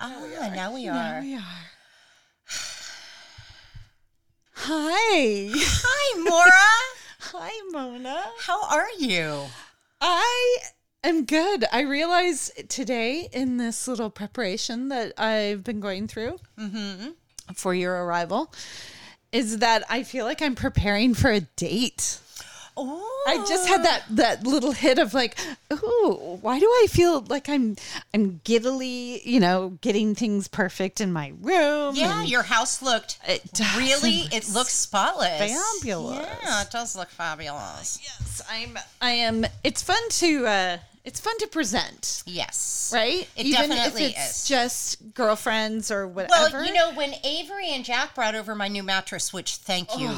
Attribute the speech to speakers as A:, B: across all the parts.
A: Ah, now we are.
B: we are. Hi.
A: Hi, Mora.
B: Hi, Mona.
A: How are you?
B: I am good. I realized today in this little preparation that I've been going through Mm-hmm. for your arrival is that I feel like I'm preparing for a date.
A: Oh,
B: I just had that that little hit of like, ooh, why do I feel like I'm I'm giddily, you know, getting things perfect in my room?
A: yeah.
B: and-
A: Your house looked
B: It does.
A: really. It looks spotless.
B: Fabulous.
A: Yeah, it does look fabulous.
B: Yes, I'm. I am. It's fun to. uh It's fun to present,
A: Yes.
B: right?
A: It
B: Even
A: definitely
B: if it's
A: is.
B: just girlfriends or
A: Well,
B: whatever.
A: you know, when Avery and Jack brought over my new mattress, which thank you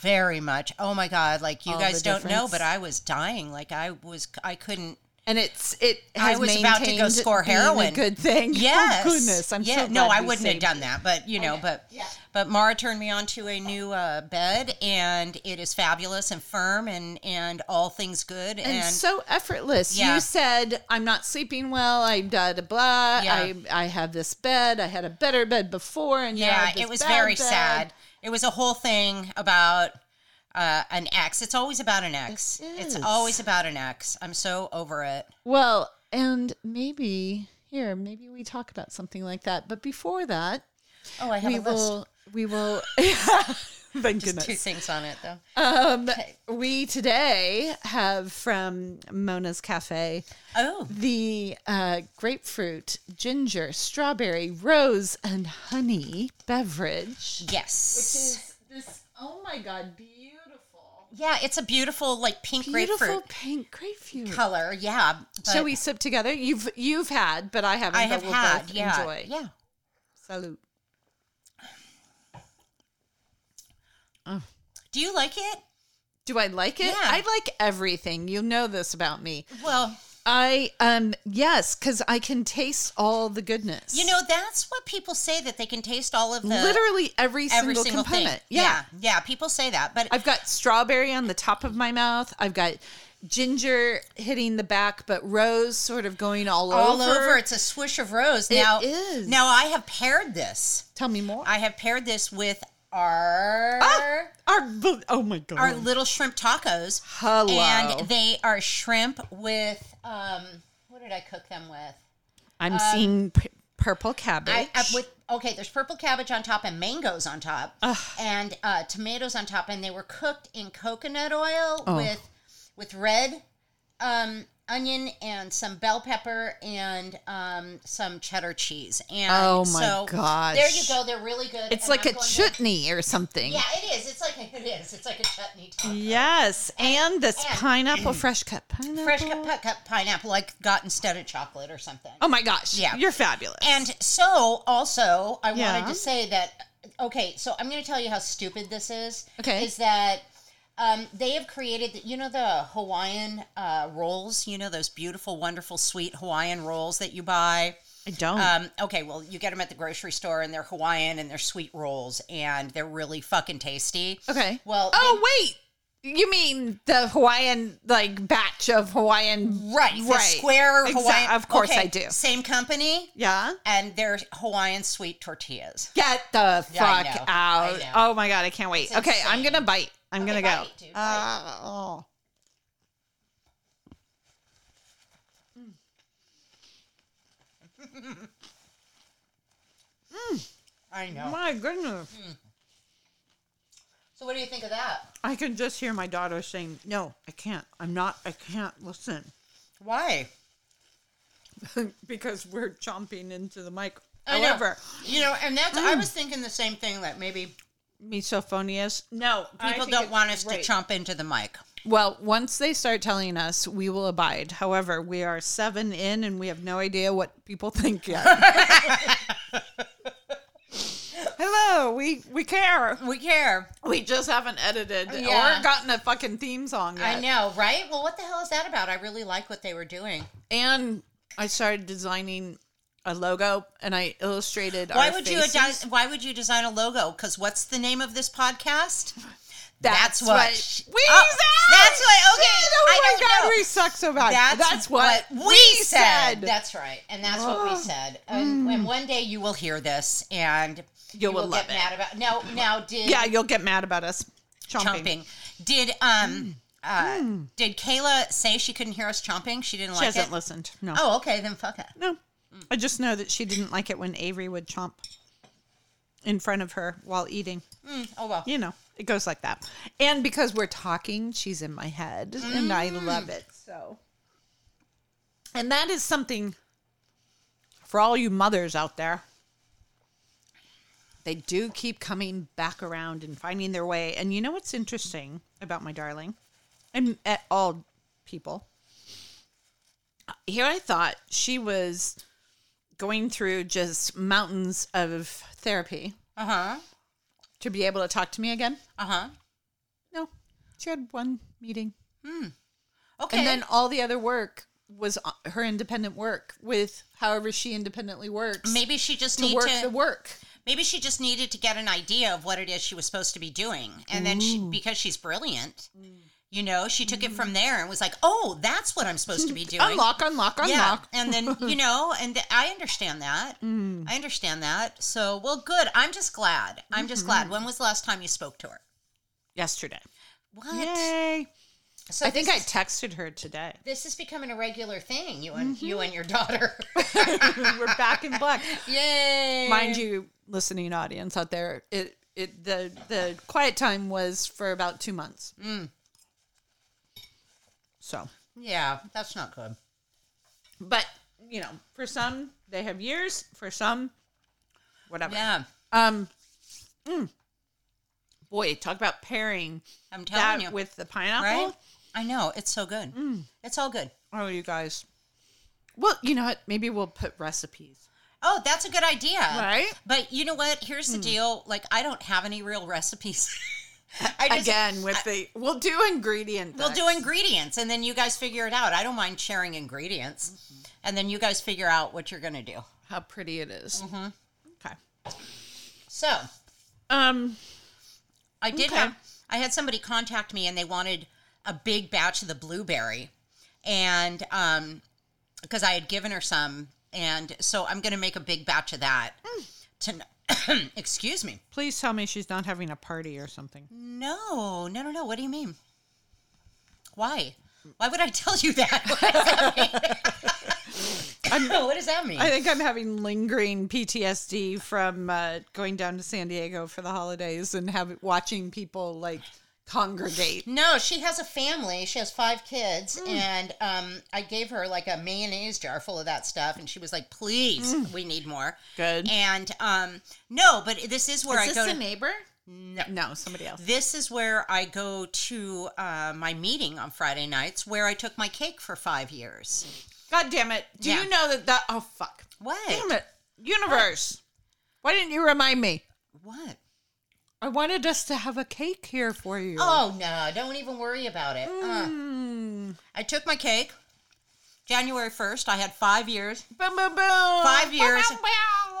A: very much. Oh my God. Like, you
B: All
A: guys
B: the
A: don't know,
B: difference.
A: but I was dying. Like, I was, I couldn't.
B: and it's it.
A: I
B: Has
A: was about to go
B: maintained
A: score
B: being a
A: heroin.
B: good thing.
A: Yes.
B: Oh, goodness, I'm
A: yeah.
B: so
A: No,
B: glad
A: I
B: we
A: wouldn't have
B: saved
A: done that, but you know, but but Mara turned me on to a new uh, bed, and it is fabulous and firm, and and all things good, and,
B: And, so effortless.
A: Yeah.
B: You said I'm not sleeping well. I da da blah.
A: Yeah.
B: I I have this bed. I had a better bed before, and now I
A: yeah,
B: have
A: it
B: this
A: was
B: bad
A: very
B: bed.
A: sad. It was a whole thing about uh, an ex. It's always about an ex. It's
B: is.
A: always about an ex. I'm so over it.
B: Well, and maybe here, maybe we talk about something like that. But before that,
A: Oh, I have
B: we
A: a list.
B: will we will thank
A: Two
B: goodness
A: things on it though.
B: um, we today have from mona's cafe
A: Oh,
B: the uh, grapefruit ginger strawberry rose and honey beverage
A: yes.
B: this oh my god beautiful
A: Yeah, it's a beautiful like pink
B: beautiful
A: grapefruit
B: pink grapefruit
A: color. Yeah. but
B: shall we sip together you've you've had but i haven't
A: I
B: but
A: have
B: we'll
A: had.
B: both
A: Yeah.
B: enjoy
A: Yeah.
B: salute
A: Do you like it?
B: do i like it
A: Yeah.
B: i like everything you know this about me
A: Well,
B: I um yes, because I can taste all the goodness.
A: you know that's what people say that they can taste all of the
B: literally every
A: every
B: single,
A: single
B: component.
A: thing.
B: Yeah.
A: yeah, yeah, People say that, but
B: I've got strawberry on the top of my mouth. I've got ginger hitting the back, but rose sort of going all,
A: all
B: over.
A: over. it's a swish of rose. now
B: is.
A: now I have paired this.
B: Tell me more. Ah,
A: I have paired this with our
B: our bu- oh my god.
A: our little shrimp tacos.
B: Hello.
A: And they are shrimp with um what did I cook them with?
B: I'm seeing p- purple cabbage.
A: um, I, I with okay, there's purple cabbage on top and mangoes on top, and uh, tomatoes on top, and they were cooked in coconut oil
B: Oh.
A: with with red um, onion and some bell pepper and um, some cheddar cheese. And
B: Oh my
A: so
B: gosh.
A: there you go. They're really good.
B: it's
A: and
B: like
A: I'm
B: a
A: going to-
B: chutney or something.
A: yeah, it is. It's like a, it is. It's like a chutney. taco.
B: Yes, and this
A: and-
B: pineapple fresh cut pineapple.
A: Fresh cut, cut, cut pineapple I got instead of chocolate or something.
B: Oh my gosh.
A: Yeah.
B: You're fabulous.
A: And so, also, I
B: Yeah.
A: wanted to say that. Okay, so I'm going to tell you how stupid this is.
B: Okay.
A: is that um, they have created, the, you know, the Hawaiian uh, rolls. You know those beautiful, wonderful, sweet Hawaiian rolls that you buy.
B: I don't.
A: Um, okay, well, you get them at the grocery store, and they're Hawaiian, and they're sweet rolls, and they're really fucking tasty.
B: Okay.
A: Well,
B: Oh wait. You mean the Hawaiian like batch of Hawaiian
A: right, the
B: right.
A: square
B: Exa-
A: Hawaiian.
B: Of course
A: Okay,
B: I do.
A: Same company,
B: Yeah.
A: and they're Hawaiian sweet tortillas.
B: Get the
A: Yeah, I
B: fuck
A: know.
B: out.
A: I know.
B: Oh my god, I can't wait.
A: It's
B: okay, I'm
A: insane.
B: gonna bite. I'm
A: Okay,
B: gonna go.
A: bite, dude,
B: Uh, oh.
A: I know.
B: My goodness.
A: So, what do you think of that?
B: I can just hear my daughter saying, No, I can't. I'm not I can't listen.
A: Why?
B: because we're chomping into the mic.
A: I know.
B: However,
A: You know, and that's I was thinking the same thing that maybe
B: misophonias. No,
A: people don't want us to chomp into the mic.
B: Well, once they start telling us, we will abide. However, we are seven in and we have no idea what people think yet. Hello, we, we care.
A: We care.
B: We just haven't edited
A: Yeah.
B: or gotten a fucking theme song yet.
A: I know, right? Well, what the hell is that about? I really like what they were doing.
B: And I started designing a logo and I illustrated
A: Why
B: our
A: would
B: faces.
A: you adi- why would you design a logo? Because what's the name of this podcast?
B: That's,
A: That's
B: what,
A: what sh-
B: we
A: Oh,
B: said.
A: that's what- okay,
B: Shit, oh
A: I
B: my
A: don't
B: god,
A: know.
B: we suck so bad. That's, what,
A: we said. That's right, and that's what we said. And, and one day you will hear this, and
B: Mm. You
A: you
B: will
A: will get
B: love it.
A: mad about. Now, now did
B: yeah, you'll get mad about us chomping. Mm.
A: chomping? Did um uh did Kayla say she couldn't hear us chomping? She didn't
B: She
A: like
B: hasn't
A: it.
B: listened. No,
A: Oh, okay, then fuck it.
B: no. I just know that she didn't like it when Avery would chomp in front of her while eating.
A: Oh well.
B: You know, it goes like that. And because we're talking, she's in my head, and I love it so. And that is something for all you mothers out there. They do keep coming back around and finding their way. And you know what's interesting about my darling, and at all people. Here I thought she was going through just mountains of therapy
A: Uh huh.
B: to be able to talk to me again.
A: Uh huh.
B: No, she had one meeting,
A: Okay.
B: and then all the other work was o- her independent work with however she independently works
A: maybe she just
B: to
A: need
B: work
A: to
B: the work.
A: maybe she just needed to get an idea of what it is she was supposed to be doing and then she because she's brilliant
B: Mm.
A: you know she took it from there and was like oh that's what i'm supposed to be doing
B: Unlock, unlock, unlock.
A: yeah and then you know and th- i understand that
B: Mm.
A: i understand that so well good i'm just glad i'm just
B: Mm-hmm.
A: glad when was the last time you spoke to her
B: Yesterday,
A: what
B: yay!
A: so
B: I think
A: this
B: I
A: is-
B: texted her today.
A: this is becoming a regular thing you and
B: Mm-hmm.
A: you and your daughter
B: We're back in black,
A: yay
B: mind you, listening audience out there. It it the the quiet time was for about two months. So
A: yeah that's not good
B: but you know for some they have years for some whatever
A: yeah
B: um mm. boy talk about pairing
A: i'm telling
B: that
A: you
B: with Mm. the pineapple
A: right? I know it's so good. It's all good.
B: oh you guys well you know what maybe we'll put recipes
A: Oh, that's a good idea.
B: Right? Hmm.
A: But you know what? Here's the deal. Like, I don't have any real recipes. I just,
B: again with the we'll do ingredient
A: we'll do
B: decks.
A: ingredients, and then you guys figure it out. I don't mind sharing ingredients,
B: Mm-hmm.
A: and then you guys figure out what you're gonna do. Mm-hmm.
B: how pretty it is. okay
A: So,
B: um
A: I did
B: Okay.
A: have I had somebody contact me, and they wanted a big batch of the blueberry, and um, because I had given her some, and so I'm gonna make a big batch of that. To, excuse me.
B: please tell me she's not having a party or something
A: No, no, no, no. What do you mean? Why? Why would I tell you that? What does that mean? what does that mean?
B: I think I'm having lingering PTSD from uh, going down to San Diego for the holidays and have watching people like congregate.
A: no, she has a family. She has five kids,
B: Hmm.
A: and um, I gave her like a mayonnaise jar full of that stuff, and she was like, "Please, we need more."
B: Hmm. Good.
A: And um, no, but this is where I go. To,
B: neighbor? No, no, somebody else.
A: this is where I go to uh, my meeting on Friday nights, where I took my cake for five years.
B: God damn it! Do
A: Yeah.
B: you know that that? Oh fuck!
A: What?
B: Damn it! Universe, why didn't you remind me?
A: What?
B: I wanted us to have a cake here for you.
A: Oh no, don't even worry about it. Uh.
B: Hmm.
A: I took my cake. January 1st, I had 5 years
B: Boom, boom, boom!
A: Five years.
B: Boom, boom,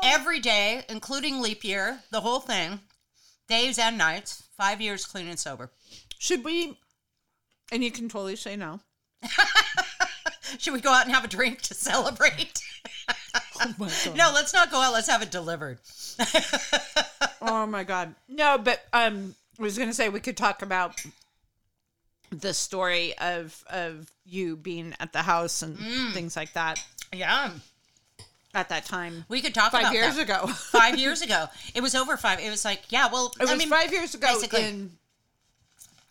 B: boom.
A: every day, including leap year, the whole thing. Days and nights, 5 years clean and sober.
B: Should we? And you can totally say no.
A: Should we go out and have a drink to celebrate?
B: Oh my god.
A: no, let's not go out. Let's have it delivered.
B: Oh my god. No, but um I was going to say we could talk about the story of of you being at the house and
A: Mm.
B: things like that
A: Yeah.
B: at that time.
A: We could talk
B: 5
A: about
B: years
A: that.
B: ago.
A: 5 years ago. It was over 5. It was like, yeah, well,
B: It was
A: I mean
B: 5 years ago
A: basically.
B: in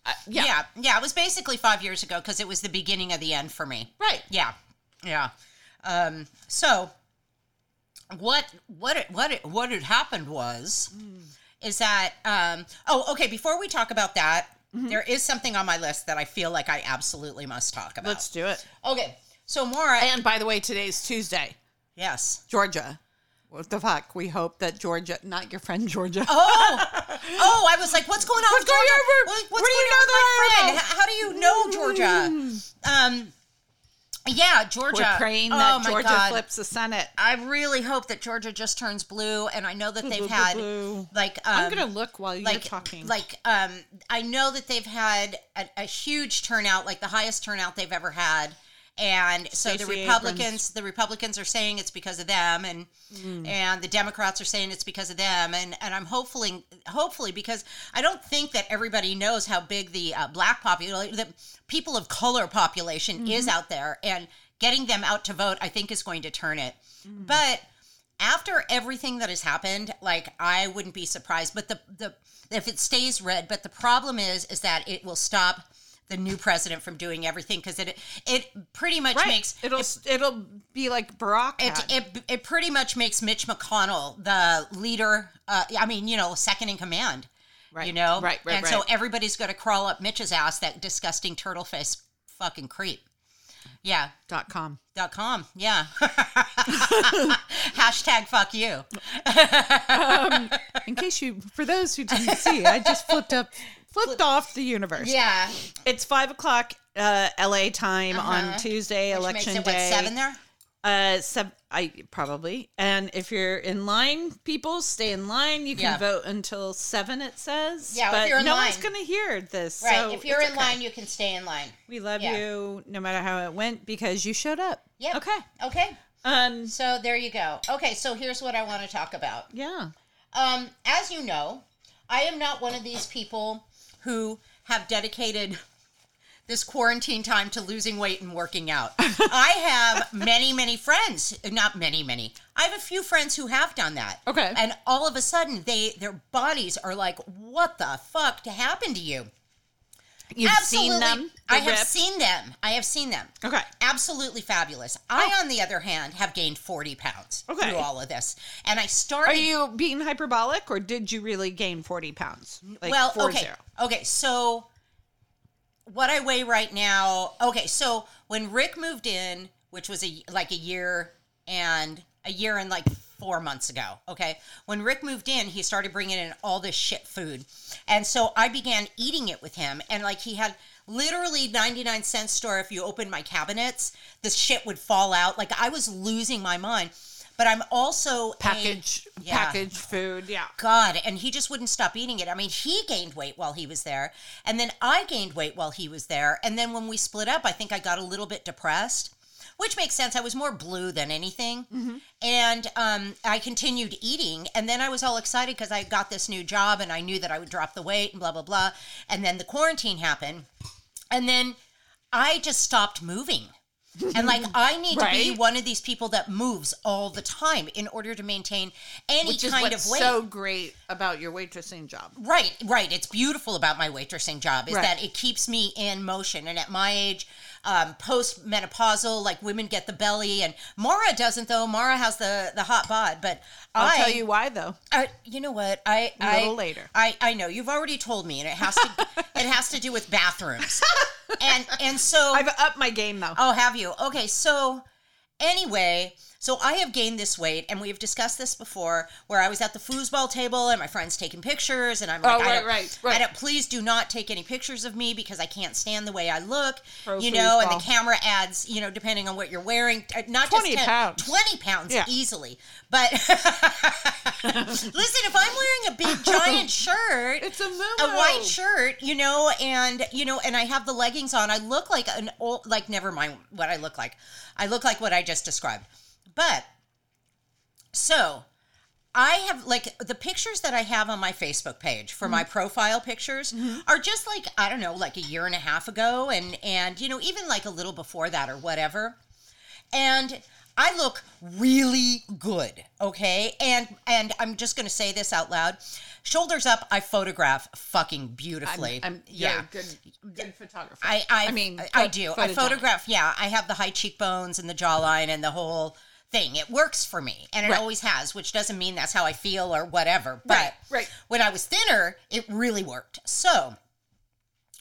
B: uh, yeah.
A: yeah. yeah. it was basically 5 years ago cuz it was the beginning of the end for me.
B: Right.
A: Yeah, yeah. Um, so what what it, what it, what had happened was is that um, oh okay before we talk about that
B: Mm-hmm.
A: There is something on my list that I feel like I absolutely must talk about.
B: Let's do it.
A: okay, so Mara,
B: And by the way, today's Tuesday.
A: yes.
B: Georgia. What the fuck? We hope that Georgia, not your friend Georgia.
A: Oh, oh! I was like, "What's going on? What's
B: going on? Where-
A: What's
B: where
A: going on with
B: do you know
A: my friend? How, how do you know Georgia?
B: Mm-hmm.
A: Um, yeah, Georgia.
B: We're praying
A: Oh,
B: that
A: my
B: Georgia
A: God.
B: flips the Senate.
A: I really hope that Georgia just turns blue, and I know that they've had
B: blue.
A: like um,
C: I'm gonna look while you're
A: like
C: talking.
A: like um I know that they've had a, a huge turnout, like the highest turnout they've ever had, and so the
B: Stacey
A: Republicans the Republicans are saying it's because of them, and and the Democrats are saying it's because of them, and and I'm hopefully hopefully because I don't think that everybody knows how big the uh, black population, the people of color population is out there, and getting them out to vote, I think, is going to turn it, but after everything that has happened, like I wouldn't be surprised. But the the if it stays red, but the problem is is that it will stop the new president from doing everything because it it pretty much makes
B: it'll it'll be like Barack.
A: it,
B: had.
A: it it pretty much makes Mitch McConnell the leader. Uh, I mean, you know, second in command. Right. You know.
B: right, right,
A: And so
B: right.
A: everybody's going to crawl up Mitch's ass. That disgusting turtle face fucking creep. Yeah.
B: dot com.
A: Dot com. Yeah. Hashtag fuck you.
C: In case you, for those who didn't see, I just flipped up, flipped off the universe.
A: Yeah.
B: It's five o'clock uh, L.A. time on Tuesday, election
A: makes it
B: day.
A: what seven there.
B: Uh, seven. I probably. And if you're in line, people stay in line. You can
A: Yeah.
B: vote until seven. It says.
A: Yeah, if
B: but
A: you're in
B: no one's
A: line.
B: gonna hear this.
A: Right.
B: so
A: if you're
B: it's
A: in
B: okay.
A: line, you can stay in line.
B: we love
A: yeah.
B: you no matter how it went because you showed up.
A: Yep.
B: Okay.
A: Okay.
B: Um.
A: So there you go. Okay. So here's what I want to talk about.
B: Yeah.
A: Um, as you know, I am not one of these people who have dedicated this quarantine time to losing weight and working out. I have many, many friends, not many, many. I have a few friends who have done that.
C: Okay.
A: And all of a sudden they their bodies are like, what the fuck happened to you?
B: You've seen them.
A: I
B: the
A: have
B: ripped?
A: seen them. I have seen them.
B: Okay.
A: Absolutely fabulous. I, on the other hand, have gained 40 pounds
B: Oh. Okay.
A: through all of this. And I started
B: Are you being hyperbolic or did you really gain 40 pounds? Like
A: well,
B: 40.
A: okay, okay. So what I weigh right now? Okay, so when Rick moved in, which was a like a year and a year and like four months ago. Okay, when Rick moved in, he started bringing in all this shit food, and so I began eating it with him, and like he had. Literally 99 cent store. If you open my cabinets, the shit would fall out. Like I was losing my mind, but I'm also a-
B: Package,
A: Yeah.
B: package food. Yeah.
A: God, and he just wouldn't stop eating it. I mean, he gained weight while he was there, and then I gained weight while he was there. And then when we split up, I think I got a little bit depressed, which makes sense. I was more blue than anything.
B: Mm-hmm.
A: And um, I continued eating, and then I was all excited because I got this new job and I knew that I would drop the weight and blah, blah, blah. And then the quarantine happened, and then I just stopped moving. And like I need to be
B: Right.
A: one of these people that moves all the time in order to maintain any
B: Which is
A: kind
B: what's
A: of weight.
B: so great about your waitressing job.
A: Right, right. It's beautiful about my waitressing job is
B: Right.
A: that it keeps me in motion. And at my age, um, post menopausal, like women get the belly, and Mara doesn't though. Mara has the the hot bod, but
B: I'll
A: I-
B: tell you why though.
A: I, you know what? I
B: A little
A: I-
B: later.
A: I, I know you've already told me, and it has to it has to do with bathrooms, and and so
B: I've upped my game though.
A: Oh, have you? Okay, so anyway, so I have gained this weight, and we've discussed this before, where I was at the foosball table and my friends taking pictures, and I'm like, I
B: Oh, right,
A: don't,
B: right, right.
A: I don't, please do not take any pictures of me because I can't stand the way I look,
B: Pro
A: you know. And
B: foosball.
A: the camera adds, you know, depending on what you're wearing, uh, not
B: 20
A: just 10,
B: pounds.
A: twenty pounds
B: Yeah.
A: easily. But listen, if I'm wearing a big giant shirt,
B: It's a moo.
A: a white shirt, you know, and you know, and I have the leggings on. I look like an old, like never mind what I look like. I look like what I just described. But so I have like the pictures that I have on my Facebook page for
B: Mm-hmm.
A: my profile pictures are just like I don't know, like a year and a half ago, and and you know, even like a little before that or whatever and I look really good, okay? And and I'm just going to say this out loud. Shoulders up, I photograph fucking beautifully.
B: I'm, yeah, good, good photographer.
A: I, I,
B: I mean,
A: I, I
B: pho-
A: do. I
B: photogenic.
A: photograph. Yeah, I have the high cheekbones and the jawline and the whole thing. It works for me, and it
B: Right.
A: always has. Which doesn't mean that's how I feel or whatever. But
B: right.
A: when I was thinner, it really worked. So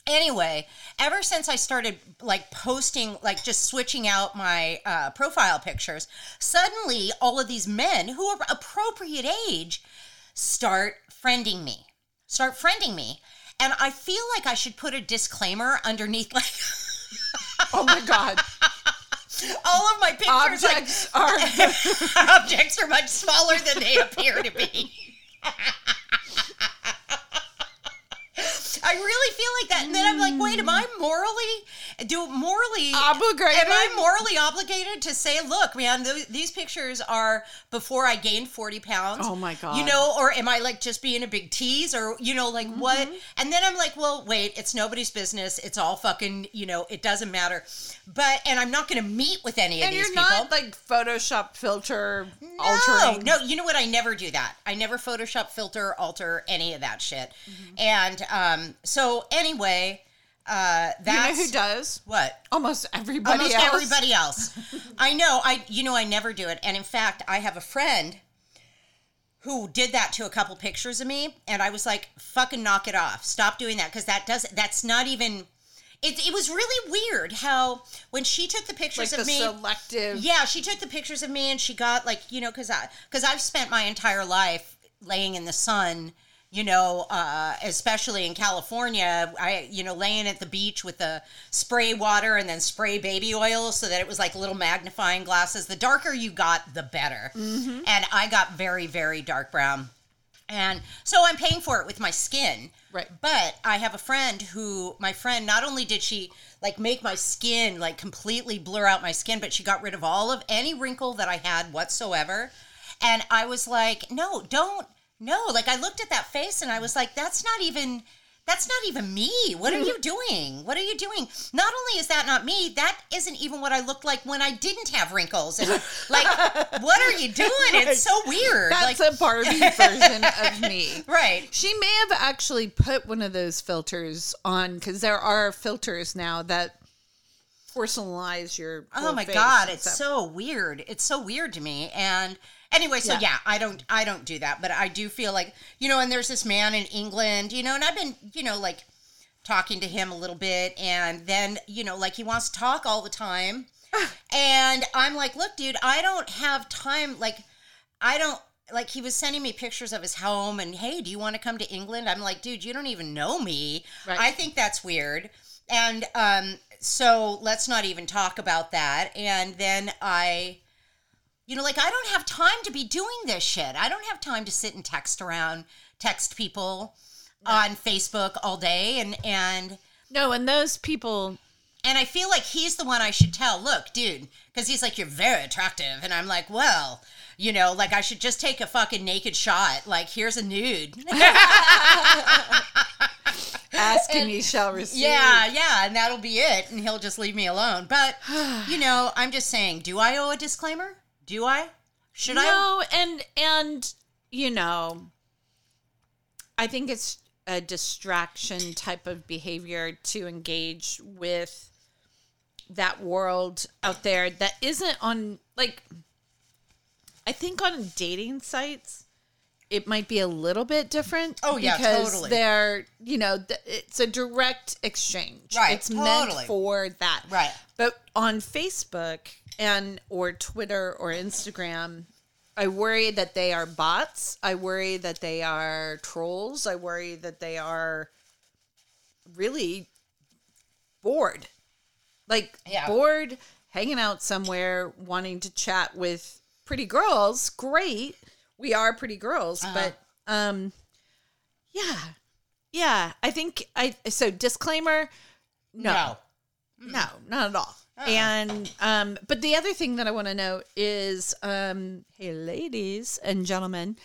A: anyway, ever since I started like posting, like just switching out my uh, profile pictures, suddenly all of these men who are appropriate age start friending me, start friending me. And I feel like I should put a disclaimer underneath, like
C: Oh my god.
A: all of my pictures, like
C: Objects are
A: objects are much smaller than they appear to be. I really feel like that. And then I'm like, wait, am I
B: Mm.
A: morally do morally
C: Obligated?
A: Am I morally obligated to say, look, man, th- these pictures are before I gained 40 pounds?
B: Oh my God. Mm-hmm.
A: You know, or am I like just being a big tease or you know, like what? And then I'm like, well, wait, it's nobody's business. It's all fucking, you know, it doesn't matter. But and I'm not going to meet with any of
B: And
A: these
B: you're
A: people.
B: not like Photoshop filter
A: No,
B: altering.
A: no, you know what? I never do that. I never Photoshop, filter, alter any of that shit.
B: Mm-hmm.
A: And um, so anyway, uh,
B: You know
A: that's
B: who does?
A: what
C: Almost everybody
A: almost
C: else.
A: everybody else. I know. I you know I never do it. And in fact, I have a friend who did that to a couple pictures of me, and I was like, "Fucking knock it off! Stop doing that because that does that's not even." It, it was really weird how when she took the
B: Like
A: pictures
B: the
A: of me,
B: selective.
A: yeah, she took the pictures of me and she got like, you know, cuz I cuz I've spent my entire life laying in the sun, you know, uh especially in California, I you know, laying at the beach with the spray water and then spray baby oil so that it was like little magnifying glasses. The darker you got, the better. And I got very very dark brown. And so I'm paying for it with my skin.
C: Right.
A: But I have a friend who, my friend, not only did she like make my skin like completely blur out my skin, but she got rid of all of any wrinkle that I had whatsoever. And I was like, no, don't, no. Like I looked at that face and I was like, that's not even. That's not even me. What are you doing? What are you doing? Not only is that not me, that isn't even what I looked like when I didn't have wrinkles. And like, what are you doing? It's so weird.
B: That's
A: like,
B: a Barbie version of me.
A: right.
B: She may have actually put one of those filters on because there are filters now that personalize your.
A: Oh
B: whole
A: my
B: face
A: god,
B: and
A: it's
B: stuff.
A: so weird. It's so weird to me. And anyway, so yeah.
B: Yeah.
A: I don't I don't do that, but I do feel like, you know, and there's this man in England, you know, and I've been, you know, like talking to him a little bit and then, you know, like he wants to talk all the time. and I'm like, "Look, dude, I don't have time like I don't like he was sending me pictures of his home and hey, do you want to come to England? I'm like, dude, you don't even know me.
B: Right.
A: I think that's weird. And um so let's not even talk about that. And then I you know, like I don't have time to be doing this shit. I don't have time to sit and text around, text people on Facebook all day and and
B: No, and those people.
A: and I feel like he's the one I should tell, look, dude, because he's like, you're very attractive. And I'm like, well, you know, like I should just take a fucking naked shot. Like, here's a nude.
B: Ask and you shall receive.
A: yeah, yeah. And that'll be it. And he'll just leave me alone. But, you know, I'm just saying, do I owe a disclaimer? Do I? Should I?
B: No, and and you know, I think it's a distraction type of behavior to engage with that world out there that isn't on like I think on dating sites it might be a little bit different.
A: Oh, yeah,
B: because
A: totally.
B: They're you know th- it's a direct exchange.
A: Right,
B: it's meant
A: totally.
B: for that.
A: Right.
B: But on Facebook and or Twitter or Instagram, I worry that they are bots. I worry that they are trolls. I worry that they are really bored. Like
A: Yeah.
B: bored hanging out somewhere wanting to chat with pretty girls. Great. We are pretty girls,
A: Uh-huh.
B: but um yeah. Yeah, I think I so disclaimer no.
A: No.
B: No, not at all.
A: Uh-uh.
B: And um, but the other thing that I want to know is, um, hey, ladies and gentlemen,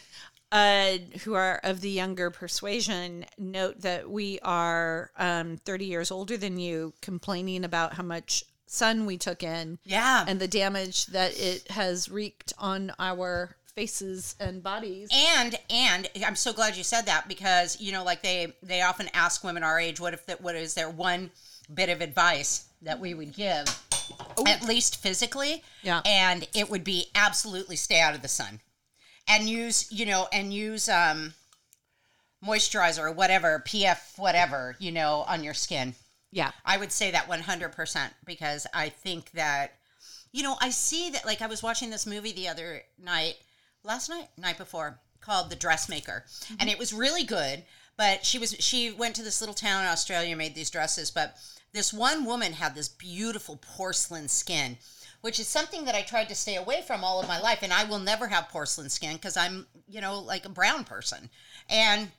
B: uh, who are of the younger persuasion, note that we are um, thirty years older than you, complaining about how much sun we took in
A: Yeah.
B: and the damage that it has wreaked on our faces and bodies.
A: and and i'm so glad you said that because you know like they they often ask women our age what if that what is their one bit of advice that we would give at least physically
B: Yeah.
A: and it would be absolutely stay out of the sun and use you know and use um moisturizer or whatever, PF whatever, you know, on your skin.
B: Yeah.
A: I would say that 100% because I think that, you know, I see that, like, I was watching this movie the other night, last night, night before, called The Dressmaker. And it was really good, but she was, she went to this little town in Australia, made these dresses, but this one woman had this beautiful porcelain skin. Which is something that I tried to stay away from all of my life, and I will never have porcelain skin because I'm, you know, like a brown person. And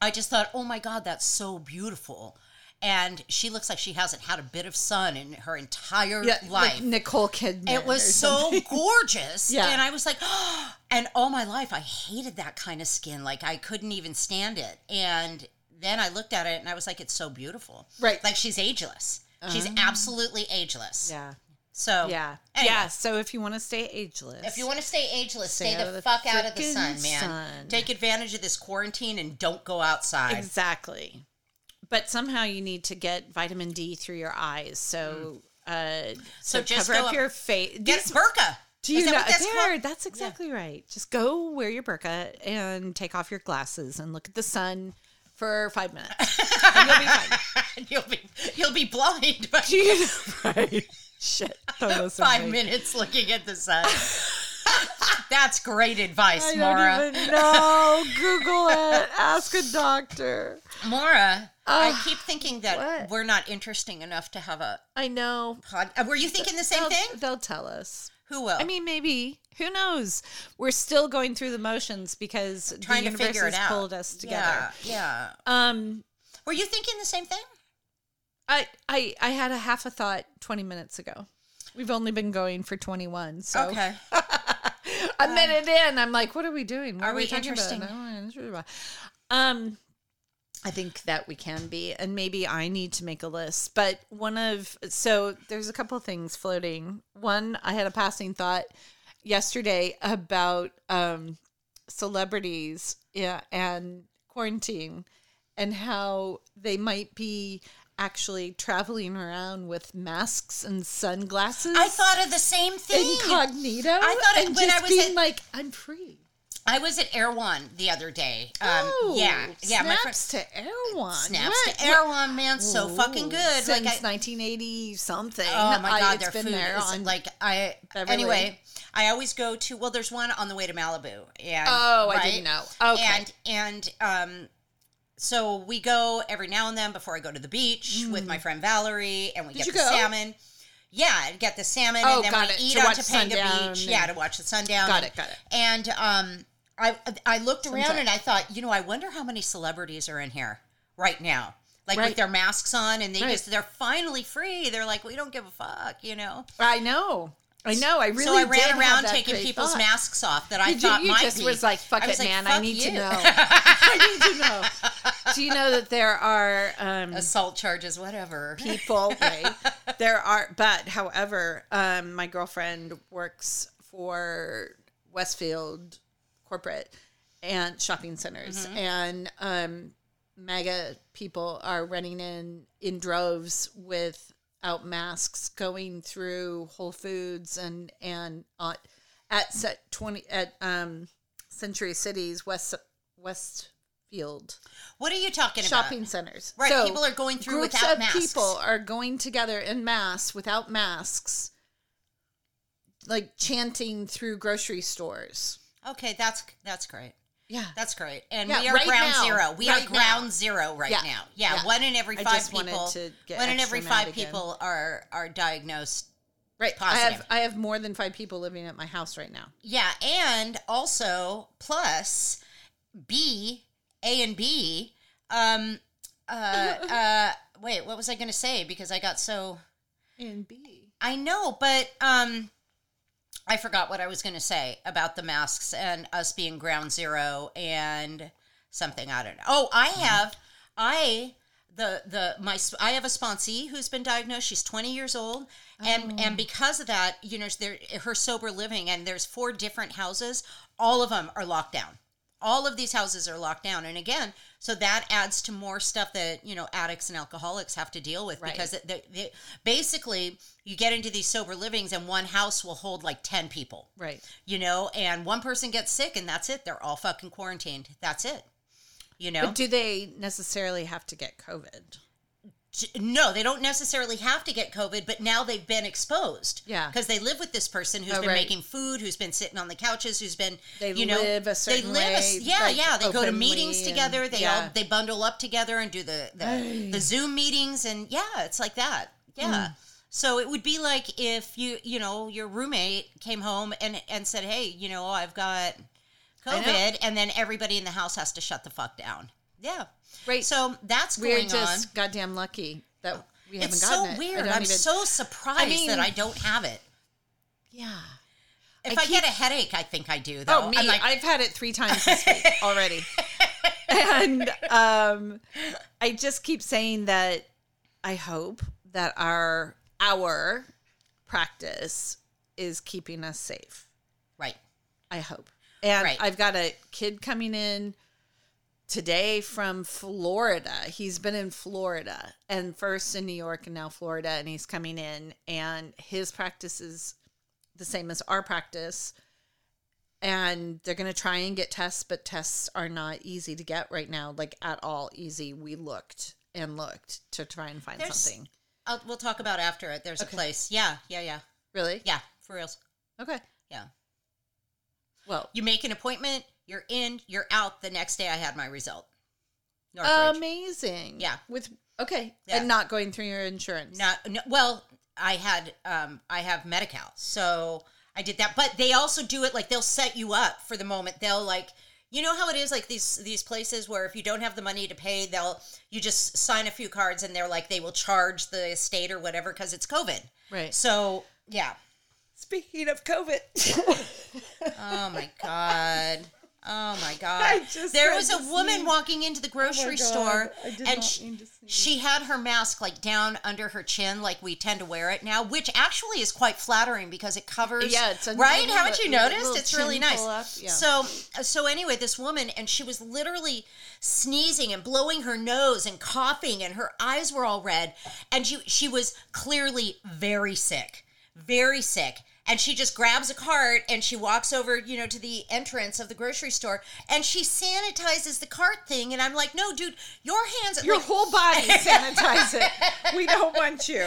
A: I just thought, oh my God, that's so beautiful. And she looks like she hasn't had a bit of sun in her entire life.
B: Like Nicole Kidman.
A: it was
B: or
A: so
B: something.
A: gorgeous.
B: Yeah.
A: And I was like, and all my life I hated that kind of skin. Like I couldn't even stand it. And then I looked at it and I was like, it's so beautiful.
B: Right. Uh-huh.
A: Like she's ageless. She's absolutely ageless.
B: Yeah.
A: So
B: Yeah.
A: Anyway.
B: Yeah. So if you want to stay ageless,
A: If you want to stay ageless, stay,
B: out
A: the,
B: of the
A: fuck out of the
B: frickin'
A: sun, man.
B: sun.
A: Take advantage of this quarantine and don't go outside.
B: Exactly. But somehow you need to get vitamin D through your eyes. So uh so,
A: Mm. just
B: cover
A: go
B: up
A: up-
B: your face.
A: Get a burqa.
B: Do you
A: Is that
B: know
A: what that's
B: there?
A: called?
B: That's exactly right. Just go wear your burqa and take off your glasses and look at the sun for five minutes. and you'll be fine.
A: you'll be you'll be blind by
B: right. Shit. Don't listen to
A: five
B: me.
A: minutes looking at the sun. That's great advice,
B: I
A: Mora.
B: don't even know. Google it. Ask a doctor.
A: Mora, I keep thinking that
B: Ah, what?
A: we're not interesting enough to have a
B: I know.
A: pod. uh, Were you thinking the same
B: They'll-
A: thing?
B: They'll tell us.
A: Who will?
B: I mean, maybe. Who knows? We're still going through the motions because
A: trying
B: the
A: to
B: universe
A: figure it
B: has
A: out.
B: pulled us together.
A: Yeah, yeah.
B: Um,
A: Were you thinking the same thing?
B: I, I, I had a half a thought 20 minutes ago. We've only been going for 21, so
A: Okay.
B: a minute in, I'm like, what are we doing? What
A: are
B: are, we,
A: we
B: talking about?
A: interesting?
B: I don't know, interesting about- Um, I think that we can be, and maybe I need to make a list. But one of so there's a couple of things floating. One, I had a passing thought yesterday about um, celebrities, yeah, and quarantine, and how they might be actually traveling around with masks and sunglasses
A: I thought of the same thing.
B: incognito.
A: I thought it-
B: and
A: when
B: just
A: I was
B: being
A: at-
B: like, I'm free.
A: I was at Air One the other day. Um,
B: oh,
A: yeah, yeah. My friend
B: Snaps to Air One.
A: snaps
B: What?
A: to Air One, man. So
B: Ooh,
A: fucking good.
B: Since
A: like I,
B: 1980 something.
A: Oh my
B: I,
A: god,
B: it's
A: their
B: been
A: food
B: there
A: is
B: on
A: like I.
B: Beverly.
A: Anyway, I always go to. Well, there's one on the way to Malibu. And,
B: Oh, I
A: right?
B: didn't know. Okay.
A: And and um, so we go every now and then before I go to the beach with my friend Valerie, and we get
B: you
A: the
B: go?
A: salmon. Yeah, I'd get the salmon,
B: Oh,
A: and then
B: got
A: we
B: it.
A: eat
B: To
A: on
B: watch
A: Topanga
B: sundown
A: Beach.
B: and-
A: Yeah, to watch the sundown.
B: Got it, got it.
A: And um, I I looked around
B: Sunset.
A: and I thought, you know, I wonder how many celebrities are in here right now. Like with
B: Right.
A: their masks on, and they
B: Right.
A: just—they're finally free. They're like, we don't give a fuck, you know.
B: I know. I know. I really
A: So I
B: did
A: ran
B: have
A: around
B: that
A: taking
B: great
A: people's
B: thought.
A: masks off that I
B: Did you-
A: thought
B: you
A: might
B: just
A: be.
B: was like, fuck
A: I was
B: it,
A: like,
B: man. I
A: fuck
B: need
A: you."
B: to know. I need to know. Do you know that there are um,
A: Assault charges, whatever.
B: people. Right? there are, but however, um, my girlfriend works for Westfield corporate and shopping centers, and um, mega people are running in in droves without masks, going through Whole Foods and and uh, at set twenty at um, Century Cities West Westfield
A: What are you talking
B: shopping
A: about?
B: centers.
A: Right, people are going through
B: groups
A: without
B: of
A: masks.
B: People are going together in mass without masks, like chanting through grocery stores.
A: Okay, that's that's great.
B: Yeah,
A: That's great. And
B: Yeah,
A: we are
B: right
A: ground
B: now.
A: zero. We
B: Right
A: are
B: now.
A: ground zero right
B: Yeah.
A: now. Yeah,
B: Yeah.
A: one in every
B: I
A: five
B: just wanted
A: people.
B: to get
A: one in
B: extra
A: every
B: mad
A: five
B: again.
A: people are are diagnosed.
B: right. I
A: Positive.
B: have I have more than five people living at my house right now.
A: Yeah, and also plus B A and B. Um, uh, uh, wait, what was I going to say? Because I got so.
B: And B.
A: I know, but um I forgot what I was going to say about the masks and us being ground zero and something I don't know. Oh, I have I the the my sp- I have a sponsee who's been diagnosed. She's 20 years old and and because of that, you know, there her sober living and there's four different houses, all of them are locked down. All of these houses are locked down and again, so that adds to more stuff that, you know, addicts and alcoholics have to deal with
B: Right.
A: because it- they, they, basically you get into these sober livings and one house will hold like 10 people
B: Right.
A: you know, and one person gets sick and that's it. They're all fucking quarantined. That's it. You know,
B: But do they necessarily have to get COVID?
A: J- no, they don't necessarily have to get COVID, but now they've been exposed.
B: Yeah.
A: because they live with this person who's
B: Oh,
A: been
B: right.
A: making food, who's been sitting on the couches, who's been
B: They
A: you know
B: live a certain
A: they live a s-
B: way,
A: yeah,
B: like,
A: yeah. They go to
B: openly
A: meetings
B: and-
A: together. They all
B: yeah.
A: they bundle up together and do the the, the Zoom meetings, and yeah, it's like that. Yeah.
B: Mm.
A: So it would be like if you you know your roommate came home and and said, hey, you know, I've got
B: know.
A: COVID, and then everybody in the house has to shut the fuck down. Yeah.
B: Right.
A: So that's
B: We're
A: going on.
B: just goddamn lucky that we haven't
A: It's so
B: gotten it. I
A: weird.
B: don't
A: I'm
B: even-
A: so surprised
B: mean-
A: that I don't have it.
B: yeah.
A: If I,
B: I
A: get a headache, I think I do. Though.
B: Oh, me.
A: I'm like,
B: I've had it three times this week already. and um, I just keep saying that I hope that our our practice is keeping us safe.
A: right.
B: I hope. And
A: Right.
B: I've got a kid coming in today from Florida. He's been in Florida and first in New York and now Florida. And he's coming in, and his practice is the same as our practice. And they're going to try and get tests, but tests are not easy to get right now, like at all easy. We looked and looked to try and find
A: There's-
B: something.
A: I'll, we'll talk about after it. There's a
B: Okay.
A: place. Yeah, yeah, yeah,
B: Really?
A: yeah. For reals.
B: Okay.
A: Yeah.
B: Well,
A: You make an appointment. You're in. You're out. The next day, I had my result. Northridge.
B: amazing.
A: Yeah.
B: With, okay.
A: Yeah.
B: And not going through your insurance.
A: Not, no, well, I had um, I have Medi-Cal, so I did that. But they also do it like they'll set you up for the moment. They'll like you know how it is like these these places where if you don't have the money to pay, they'll you just sign a few cards and they're like they will charge the state or whatever because it's COVID.
B: Right.
A: So yeah.
B: Speaking of COVID,
A: Oh my god. Oh my
B: I
A: god.
B: just
A: There
B: had
A: was a
B: to Oh
A: woman
B: sneeze.
A: walking into the grocery store and sh-
B: Mm-hmm.
A: she had her mask like down under her chin, like we tend to wear it now, which actually is quite flattering because it covers.
B: Yeah, it's a
A: right.
B: little-
A: Haven't you
B: little-
A: noticed?
B: little
A: It's really
B: chin
A: nice.
B: pull up, yeah.
A: So, uh, so anyway, this woman and she was literally sneezing and blowing her nose and coughing, and her eyes were all red, and she she was clearly very sick, very sick. And she just grabs a cart and she walks over, you know, to the entrance of the grocery store and she sanitizes the cart thing. And I'm like, no, dude, your hands,
B: your
A: like,
B: whole body sanitize it. We don't want you.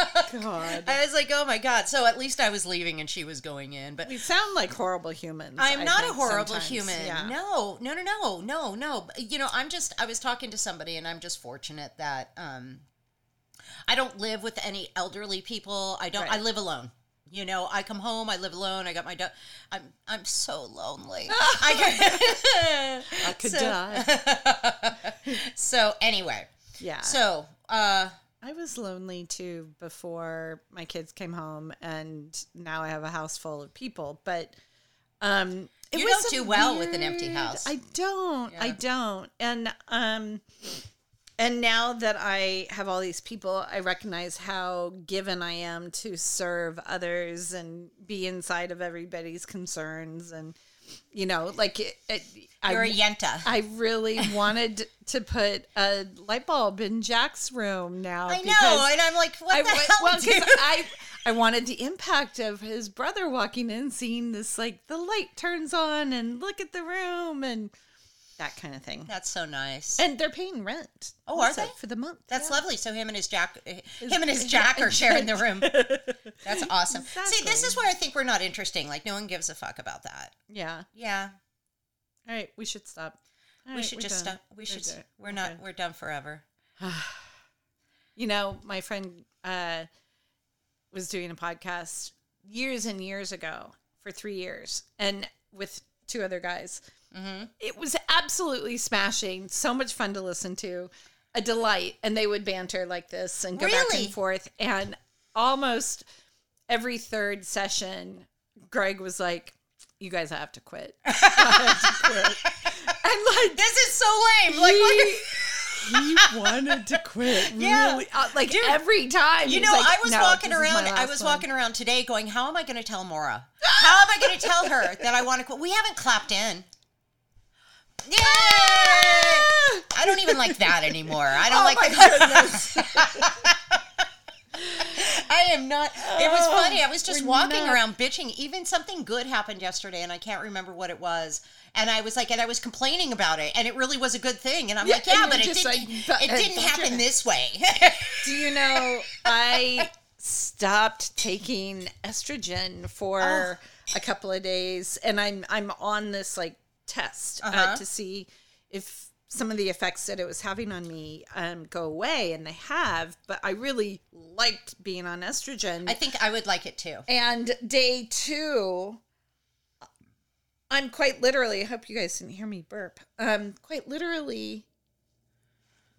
B: God,
A: I was like, oh my god. So at least I was leaving and she was going in. But
B: we sound like horrible humans.
A: I'm
B: I
A: not a
B: think,
A: horrible
B: sometimes.
A: human.
B: Yeah.
A: No, no, no, no, no, no. You know, I'm just. I was talking to somebody, and I'm just fortunate that um, I don't live with any elderly people. I don't. I
B: Right.
A: live alone. You know, I come home. I live alone. I got my. Do- I'm. I'm so lonely. I
B: I could
A: So-
B: die.
A: so anyway,
B: Yeah,
A: so uh,
B: I was lonely too before my kids came home, and now I have a house full of people. But um, it
A: You
B: was
A: don't
B: a
A: do well with an empty
B: weird-
A: house.
B: I don't. I
A: Yeah.
B: don't. And um, and now that I have all these people, I recognize how given I am to serve others and be inside of everybody's concerns, and you know, like it, it,
A: you're
B: I
A: a yenta.
B: I really wanted to put a light bulb in Jack's room now.
A: I
B: because
A: know, and I'm like, what
B: I
A: the
B: wa-
A: hell?
B: well, 'cause
A: dude?
B: I I wanted the impact of his brother walking in, seeing this like the light turns on and look at the room and that kind of thing.
A: That's so nice.
B: And they're paying rent.
A: Oh, are
B: also
A: they?
B: for the month?
A: That's
B: yeah.
A: lovely. So him and his Jack, eh, him and his Jack are sharing the room. That's awesome. See, this
B: Exactly.
A: is where I think we're not interesting. Like no one gives a fuck about that.
B: yeah.
A: Yeah,
B: All right, we should stop. All
A: we
B: right,
A: should
B: we're
A: just
B: done.
A: stop. We
B: We're
A: should.
B: done.
A: We're not.
B: Okay.
A: We're done forever.
B: You know, my friend uh, was doing a podcast years and years ago for three years, and with two other guys. It was absolutely smashing. So much fun to listen to, a delight. And they would banter like this and go back
A: Really?
B: and forth. And almost every third session, Greg was like, "You guys have to quit." I have to quit. And like
A: This is so lame. Like, what the-
B: he wanted to quit.
A: Yeah.
B: Really, uh, like
A: Dude,
B: every time.
A: you
B: he's
A: know,
B: like,
A: I was
B: "No,
A: walking
B: this is my
A: around. I
B: last
A: was
B: one."
A: walking around today, going, "How am I going to tell Mora? How am I going to tell her that I want to quit? We haven't clapped in. Yay! I don't even like that anymore. I don't
B: Oh
A: like
B: my
A: the.
B: goodness!
A: I am not. It was funny. I was just
C: we're
A: walking
C: not-
A: around bitching. Even something good happened yesterday, and I can't remember what it was. And I was like, and I was complaining about it, and it really was a good thing. And I'm like,
C: and
A: yeah,
C: you're
A: but it
C: just
A: didn't.
C: like, but
A: it
C: it
A: didn't happen
C: didn't.
A: this way.
B: Do you know I stopped taking estrogen for a couple of days, and I'm I'm on this like test uh
A: Uh-huh.
B: to see if some of the effects that it was having on me um, go away, and they have. But I really liked being on estrogen.
A: I think I would like it too.
B: And day two, I'm quite literally, I hope you guys didn't hear me burp. Um, quite literally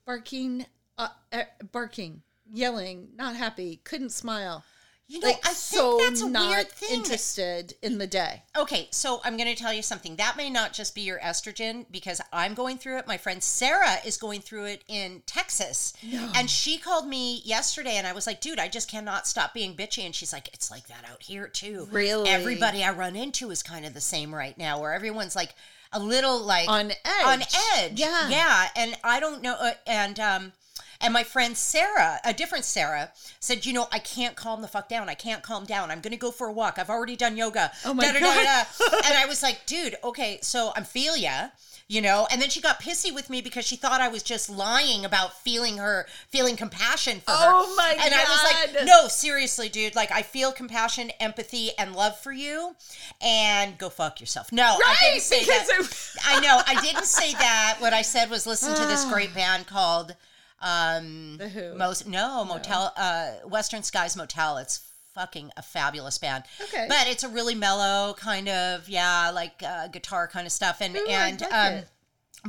B: barking, uh, uh, barking, yelling, not happy, couldn't smile.
A: You know,
B: Like,
A: I think
B: so
A: that's a
B: not
A: weird thing.
B: interested in the day.
A: Okay, so I'm going to tell you something. That may not just be your estrogen because I'm going through it. My friend Sarah is going through it in Texas. And she called me yesterday and I was like, dude, I just cannot stop being bitchy. And she's like, it's like that out here too.
B: Really?
A: Everybody I run into is kind of the same right now where everyone's like a little like
B: On edge.
A: on edge.
B: Yeah.
A: Yeah. And I don't know. Uh, and, um, and my friend Sarah, a different Sarah, said, "You know, I can't calm the fuck down. I can't calm down. I'm going to go for a walk. I've already done yoga. Oh
B: my
A: and I was like, "Dude, okay, so I'm feel ya, you know." And then she got pissy with me because she thought I was just lying about feeling her, feeling compassion for her.
B: Oh my
A: And I was like,
B: God.
A: "No, Oh, seriously, dude. Like, I feel compassion, empathy, and love for you. And go fuck yourself." No, I didn't say that. I know I didn't say that. What I said was listen to this great band called um
B: The Who.
A: Most No Motel uh Western Skies Motel. It's fucking a fabulous band.
B: Okay.
A: But it's a really mellow kind of yeah, like uh, guitar kind of stuff and
B: Ooh, I
A: and
B: like
A: um
B: it.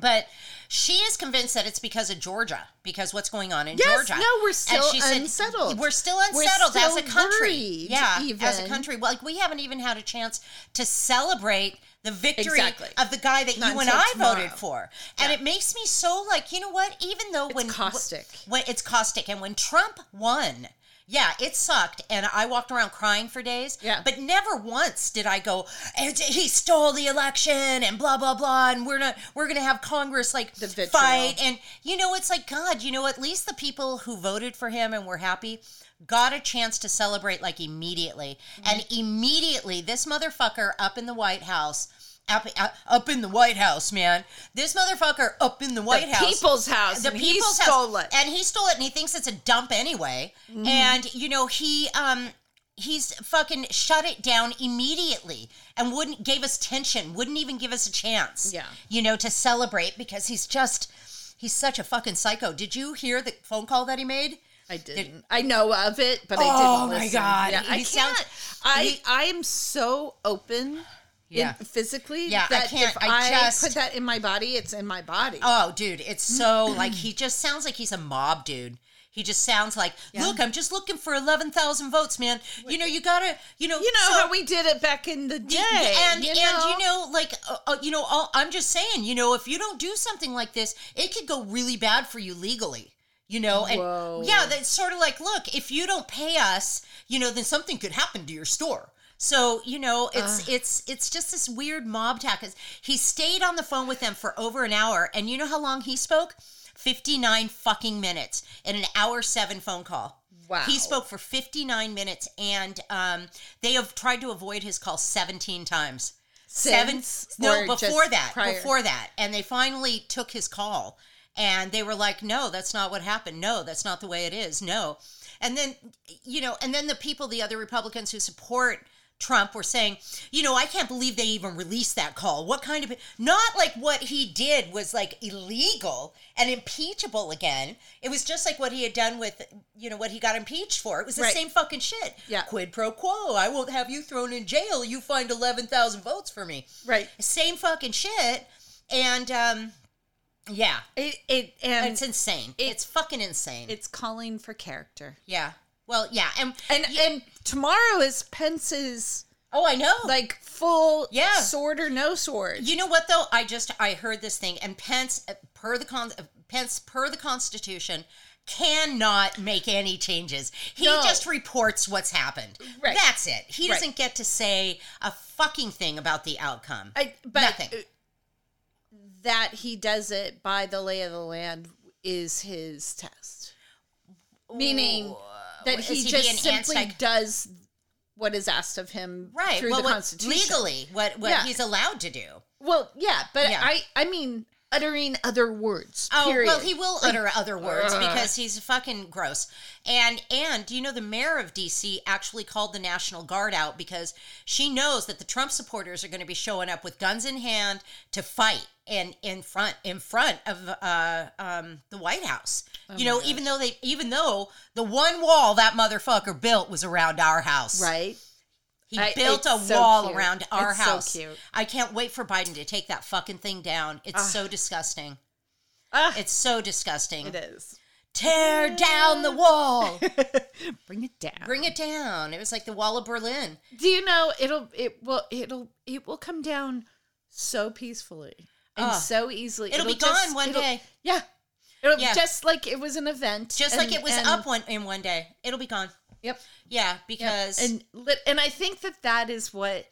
A: but she is convinced that it's because of Georgia, because what's going on in
B: Yes,
A: Georgia.
B: no, we're
A: And
B: still
A: she said,
B: unsettled.
A: We're still
B: We're
A: unsettled as a
B: still
A: country.
B: worried,
A: yeah, as a
B: even.
A: country. Well, like we haven't even had a chance to celebrate the victory
B: Exactly.
A: of the guy that
B: Not
A: you and
B: until
A: I voted
B: tomorrow.
A: for. And it makes me so like, you know what? Even though when
B: caustic.
A: when it's caustic, and when Trump won. Yeah, it sucked, and I walked around crying for days.
B: Yeah.
A: but never once did I go. "And He stole the election, and blah blah blah, and we're not. We're gonna have Congress like
B: The vitriol.
A: fight, and you know, it's like God. You know, at least the people who voted for him and were happy got a chance to celebrate like immediately,
B: Mm-hmm.
A: and immediately this motherfucker up in the White House. Up, up- up in the White House, man. This motherfucker up in the White House
B: People's house.
A: the
B: and he
A: people's
B: stole
A: house,
B: it. Mm-hmm.
A: and he stole it, and he thinks it's a dump anyway. And you know he um he's fucking shut it down immediately and wouldn't gave us tension, wouldn't even give us a chance.
B: Yeah.
A: you know to celebrate because he's just he's such a fucking psycho. Did you hear the phone call that he made?
B: I didn't. I know of it, but I
A: Oh
B: didn't.
A: my
B: listen.
A: God,
B: Yeah,
A: he
B: I can't.
A: sounds-
B: I
A: he-
B: I am so open.
A: Yeah.
B: In, physically,
A: Yeah, I
B: that
A: can't-
B: If
A: I
B: I,
A: just-
B: put that in my body, it's in my body.
A: Oh, dude, it's so like he just sounds like he's a mob dude. He just sounds like, look, I'm just looking for eleven thousand votes, man. You know, you gotta, you know,
B: you know
A: so-
B: how we did it back in the day,
A: Yeah, and
B: you
A: and
B: know?
A: you know, like uh, uh, you know, all, I'm just saying, you know, if you don't do something like this, it could go really bad for you legally. You know, and
B: Whoa.
A: yeah, that's sort of like, look, if you don't pay us, you know, then something could happen to your store. So you know, it's it's it's just this weird mob tactic. He stayed on the phone with them for over an hour, and you know how long he spoke? Fifty nine fucking minutes in an hour seven phone call.
B: Wow.
A: He spoke for 59 minutes, and um, they have tried to avoid his call 17 times. Seven?
B: Since
A: No,
B: or just
A: before that.
B: prior?
A: Before that. And they finally took his call, and they were like, no, that's not what happened. No, that's not the way it is. No. And then, you know, and then the people, the other Republicans who support Trump were saying, you know, I can't believe they even released that call. What kind of not like what he did was like illegal and impeachable again. It was just like what he had done with, you know, what he got impeached for. It was the
B: Right.
A: same fucking shit.
B: Yeah.
A: Quid pro quo. I won't have you thrown in jail. You find 11,000 votes for me.
B: right?
A: Same fucking shit. And, um, yeah,
B: It it and
A: it's
B: it's,
A: insane. it's fucking insane.
B: calling for character.
A: yeah. Well, yeah. And,
B: And and tomorrow is Pence's
A: oh, I know.
B: like full
A: Yeah.
B: sword or no sword.
A: You know what though? I just I heard this thing, and Pence uh, per the con uh, Pence per the Constitution cannot make any changes. He
B: No.
A: just reports what's happened.
B: Right.
A: That's it. He
B: Right.
A: doesn't get to say a fucking thing about the outcome.
B: I, but
A: Nothing.
B: that he does it by the lay of the land is his test. Meaning, that
A: is
B: he,
A: he
B: just
A: being
B: simply
A: anti-
B: does what is asked of him
A: right
B: through
A: well,
B: the
A: what-
B: Constitution.
A: legally what what
B: Yeah.
A: he's allowed to do.
B: Well, yeah, but
A: Yeah.
B: I I mean uttering other words.
A: Oh
B: period. uh.
A: well, he will utter other words because he's fucking gross. And and do you know the mayor of D.C. actually called the National Guard out because she knows that the Trump supporters are going to be showing up with guns in hand to fight and in front in front of uh, um, the White House.
B: Oh
A: you know, even though they even though the one wall that motherfucker built was around our house,
B: right.
A: He
B: I-
A: built
B: it's
A: a
B: so
A: wall
B: cute.
A: around our
B: It's so
A: house.
B: cute. Ah.
A: I can't wait for Biden to take that fucking thing down. It's so disgusting.
B: Ugh.
A: It's so disgusting.
B: Ah, It is.
A: Tear down the wall.
B: Bring it down.
A: Bring it down. It was like the wall of Berlin.
B: Do you know it'll it will it'll it will come down so peacefully and
A: Oh.
B: so easily.
A: It'll be gone one
B: Ah. it'll-
A: day.
B: Yeah. It'll
A: Yeah.
B: just like it was an event.
A: Just like
B: and-
A: it was
B: and-
A: up one in one day. It'll be gone.
B: Yep.
A: Yeah,
B: yep.
A: because
B: and lit, and I think that that is what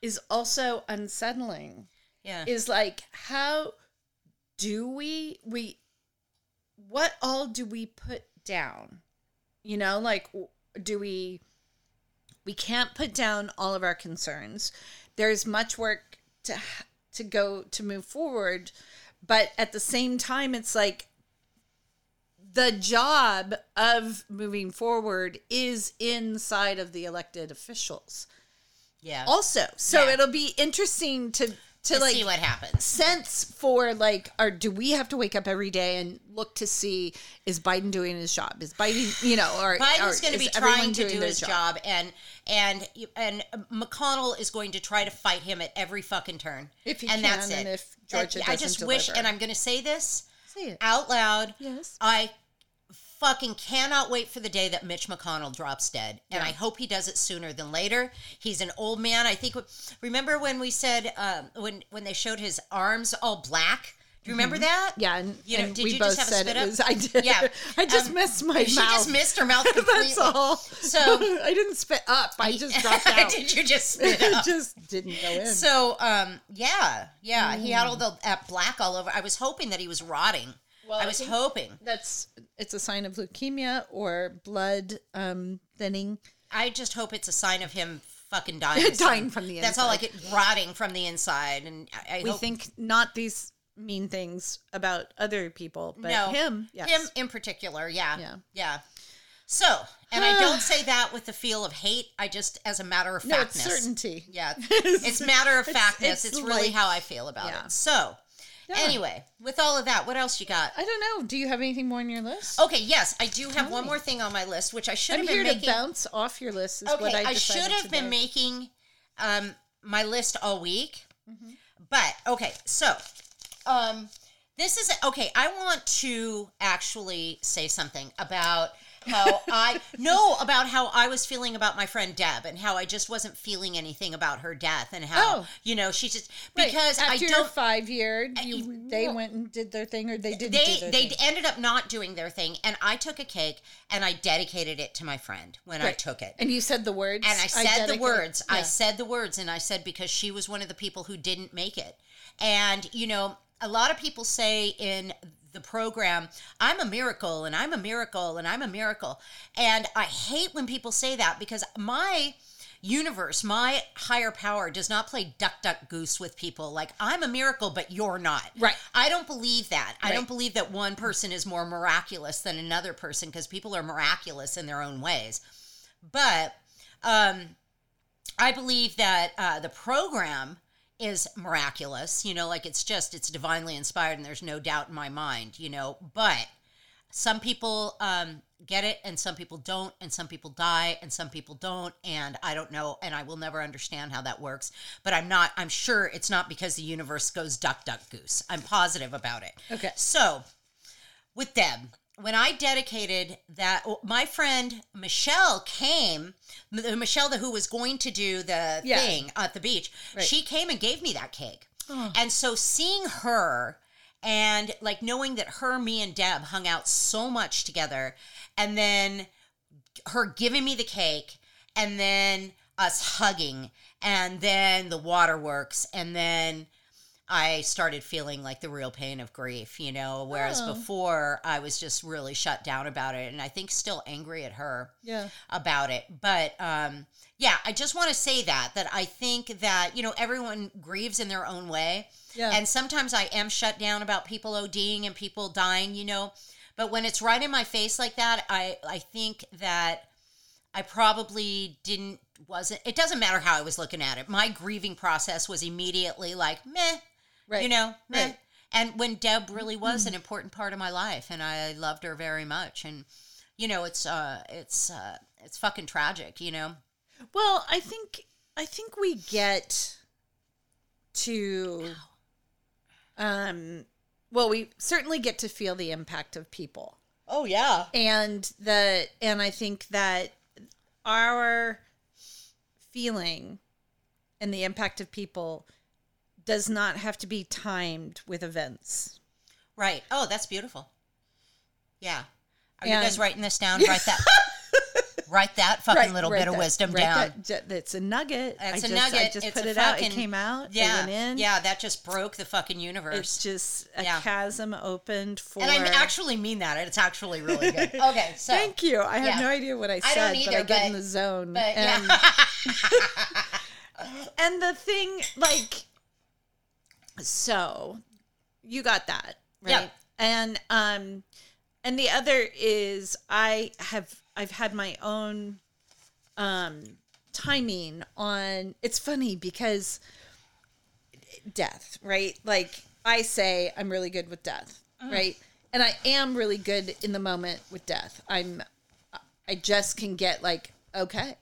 B: is also unsettling
A: yeah.
B: is like how do we we what all do we put down you know like w- do we we can't put down all of our concerns there's much work to h- to go to move forward but at the same time it's like the job of moving forward is inside of the elected officials
A: yeah.
B: also so
A: Yeah.
B: it'll be interesting to to,
A: to
B: like
A: see what happens.
B: sense for like or do we have to wake up every day and look to see is Biden doing his job? Is Biden, you know, or
A: Biden's
B: or
A: going to
B: is
A: be
B: everyone
A: trying to
B: doing
A: do
B: their
A: his job, and and and McConnell is going to try to fight him at every fucking turn.
B: If he
A: and that's
B: can,
A: it.
B: and if Georgia
A: I
B: doesn't
A: just wish,
B: deliver.
A: and I'm going to say this
B: Say it.
A: out loud.
B: Yes.
A: I fucking cannot wait for the day that Mitch McConnell drops dead. And
B: Yeah.
A: I hope he does it sooner than later. He's an old man. I think, remember when we said, um, when, when they showed his arms all black? Do you remember that?
B: Mm-hmm. Yeah, and,
A: You know,
B: and
A: did
B: we
A: you
B: both
A: just have a
B: said
A: spit
B: it
A: up?
B: was I did.
A: Yeah.
B: I just
A: Um,
B: missed my mouth.
A: She just missed her mouth completely.
B: That's all.
A: So-
B: I didn't spit up. I just dropped out.
A: Did you just spit
B: I
A: up?
B: just didn't go in.
A: So, um, yeah, yeah, he had all the that black all over. I was hoping that he was rotting.
B: Mm. Well,
A: I
B: I
A: was
B: think-
A: hoping.
B: That's it's a sign of leukemia or blood um thinning.
A: I just hope it's a sign of him fucking dying.
B: Dying from the
A: That's all I get. Rotting from the inside, and I, I
B: we
A: hope,
B: think not these mean things about other people, but
A: no
B: him, oh, yes.
A: him in particular. Yeah,
B: Yeah.
A: yeah. So, and I don't say that with the feel of hate. I just, as a matter of
B: No,
A: factness,
B: it's certainty.
A: Yeah, it's matter of factness. It's,
B: it's
A: really
B: like-
A: how I feel about
B: Yeah.
A: it. So, anyway, with all of that, what else you got?
B: I don't know. Do you have anything more on your list?
A: Okay, yes, I do have one more thing on my list, which Oh, I should
B: I'm
A: have been
B: here
A: making.
B: to bounce off your list. Is
A: okay,
B: what I,
A: I, should have been
B: made.
A: making um, my list all week,
B: Mm-hmm.
A: but okay, so um, this is okay. I want to actually say something about how I no about how I was feeling about my friend Deb and how I just wasn't feeling anything about her death and how
B: Oh.
A: you know she just because
B: after
A: I
B: your
A: don't
B: five year, you,
A: you-
B: they went and did their thing, or they didn't. do
A: they
B: their
A: they
B: thing.
A: ended up not doing their thing and I took a cake and I dedicated it to my friend when I
B: Right.
A: took it.
B: and you said the words,
A: And I said the
B: dedicated-
A: words. I
B: Yeah.
A: said the words, and I said because she was one of the people who didn't make it. And, you know, a lot of people say in the program, I'm a miracle, and I'm a miracle, and I'm a miracle. And I hate when people say that because my universe, my higher power does not play duck, duck, goose with people. Like, I'm a miracle, but you're not.
B: Right.
A: I don't believe that. I
B: Right.
A: don't believe that one person is more miraculous than another person because people are miraculous in their own ways. But um, I believe that uh, the program is miraculous. You know, like it's just it's divinely inspired, and there's no doubt in my mind. You know, but some people um, get it, and some people don't, and some people die, and some people don't, and I don't know, and I will never understand how that works. But I'm not. I'm sure it's not because the universe goes duck, duck, goose. I'm positive about it.
B: Okay.
A: So with them. When I dedicated that, oh, my friend Michelle came, M- uh, Michelle, the who was going to do the
B: Yeah.
A: thing at the beach, she came and gave me that cake. And so seeing her and like knowing that her, me, and Deb hung out so much together, and then her giving me the cake and then us hugging and then the waterworks and then I started feeling like the real pain of grief, you know, whereas
C: Oh.
A: before I was just really shut down about it and I think still angry at her
C: Yeah.
A: about it. But um, yeah, I just want to say that that I think that you know everyone grieves in their own way,
C: Yeah.
A: and sometimes I am shut down about people ODing and people dying, you know. But when it's right in my face like that, I I think that I probably didn't wasn't. It doesn't matter how I was looking at it. My grieving process was immediately like meh,
C: right. Mm-hmm.
A: you know, meh.
C: Right.
A: And when Deb really was an important part of my life, and I loved her very much, and you know, it's uh, it's uh, it's fucking tragic, you know.
B: Well, I think I think we get to um well, we certainly get to feel the impact of people.
A: Oh yeah,
B: And the and I think that our feeling and the impact of people does not have to be timed with events.
A: right. Oh, that's beautiful. Yeah, are you
B: And-
A: guys writing this down? Write that. write that fucking
B: Right,
A: little
B: write
A: bit of
B: that-
A: wisdom
B: write
A: down.
B: that- that- That's a nugget. I
A: That's a
B: just, I
A: nugget.
B: just
A: It's
B: put
A: a
B: it out. It
A: fucking-
B: came out. It
A: yeah,
B: went in.
A: yeah. That just broke the fucking universe.
B: It's just a
A: Yeah.
B: chasm opened for.
A: and I actually mean that. It's actually really good. Okay, so
B: Thank you. I have
A: yeah.
B: no idea what I
A: don't
B: said, but
A: either,
B: I get in
A: but-
B: the zone.
A: but uh, yeah.
B: and, and the thing, like, so you got that right,
A: Yeah.
B: and um, and the other is I have I've had my own um timing on. It's funny because death, right? Like I say, I'm really good with death,
A: Mm-hmm.
B: right? And I am really good in the moment with death. I'm, I just can get like, okay,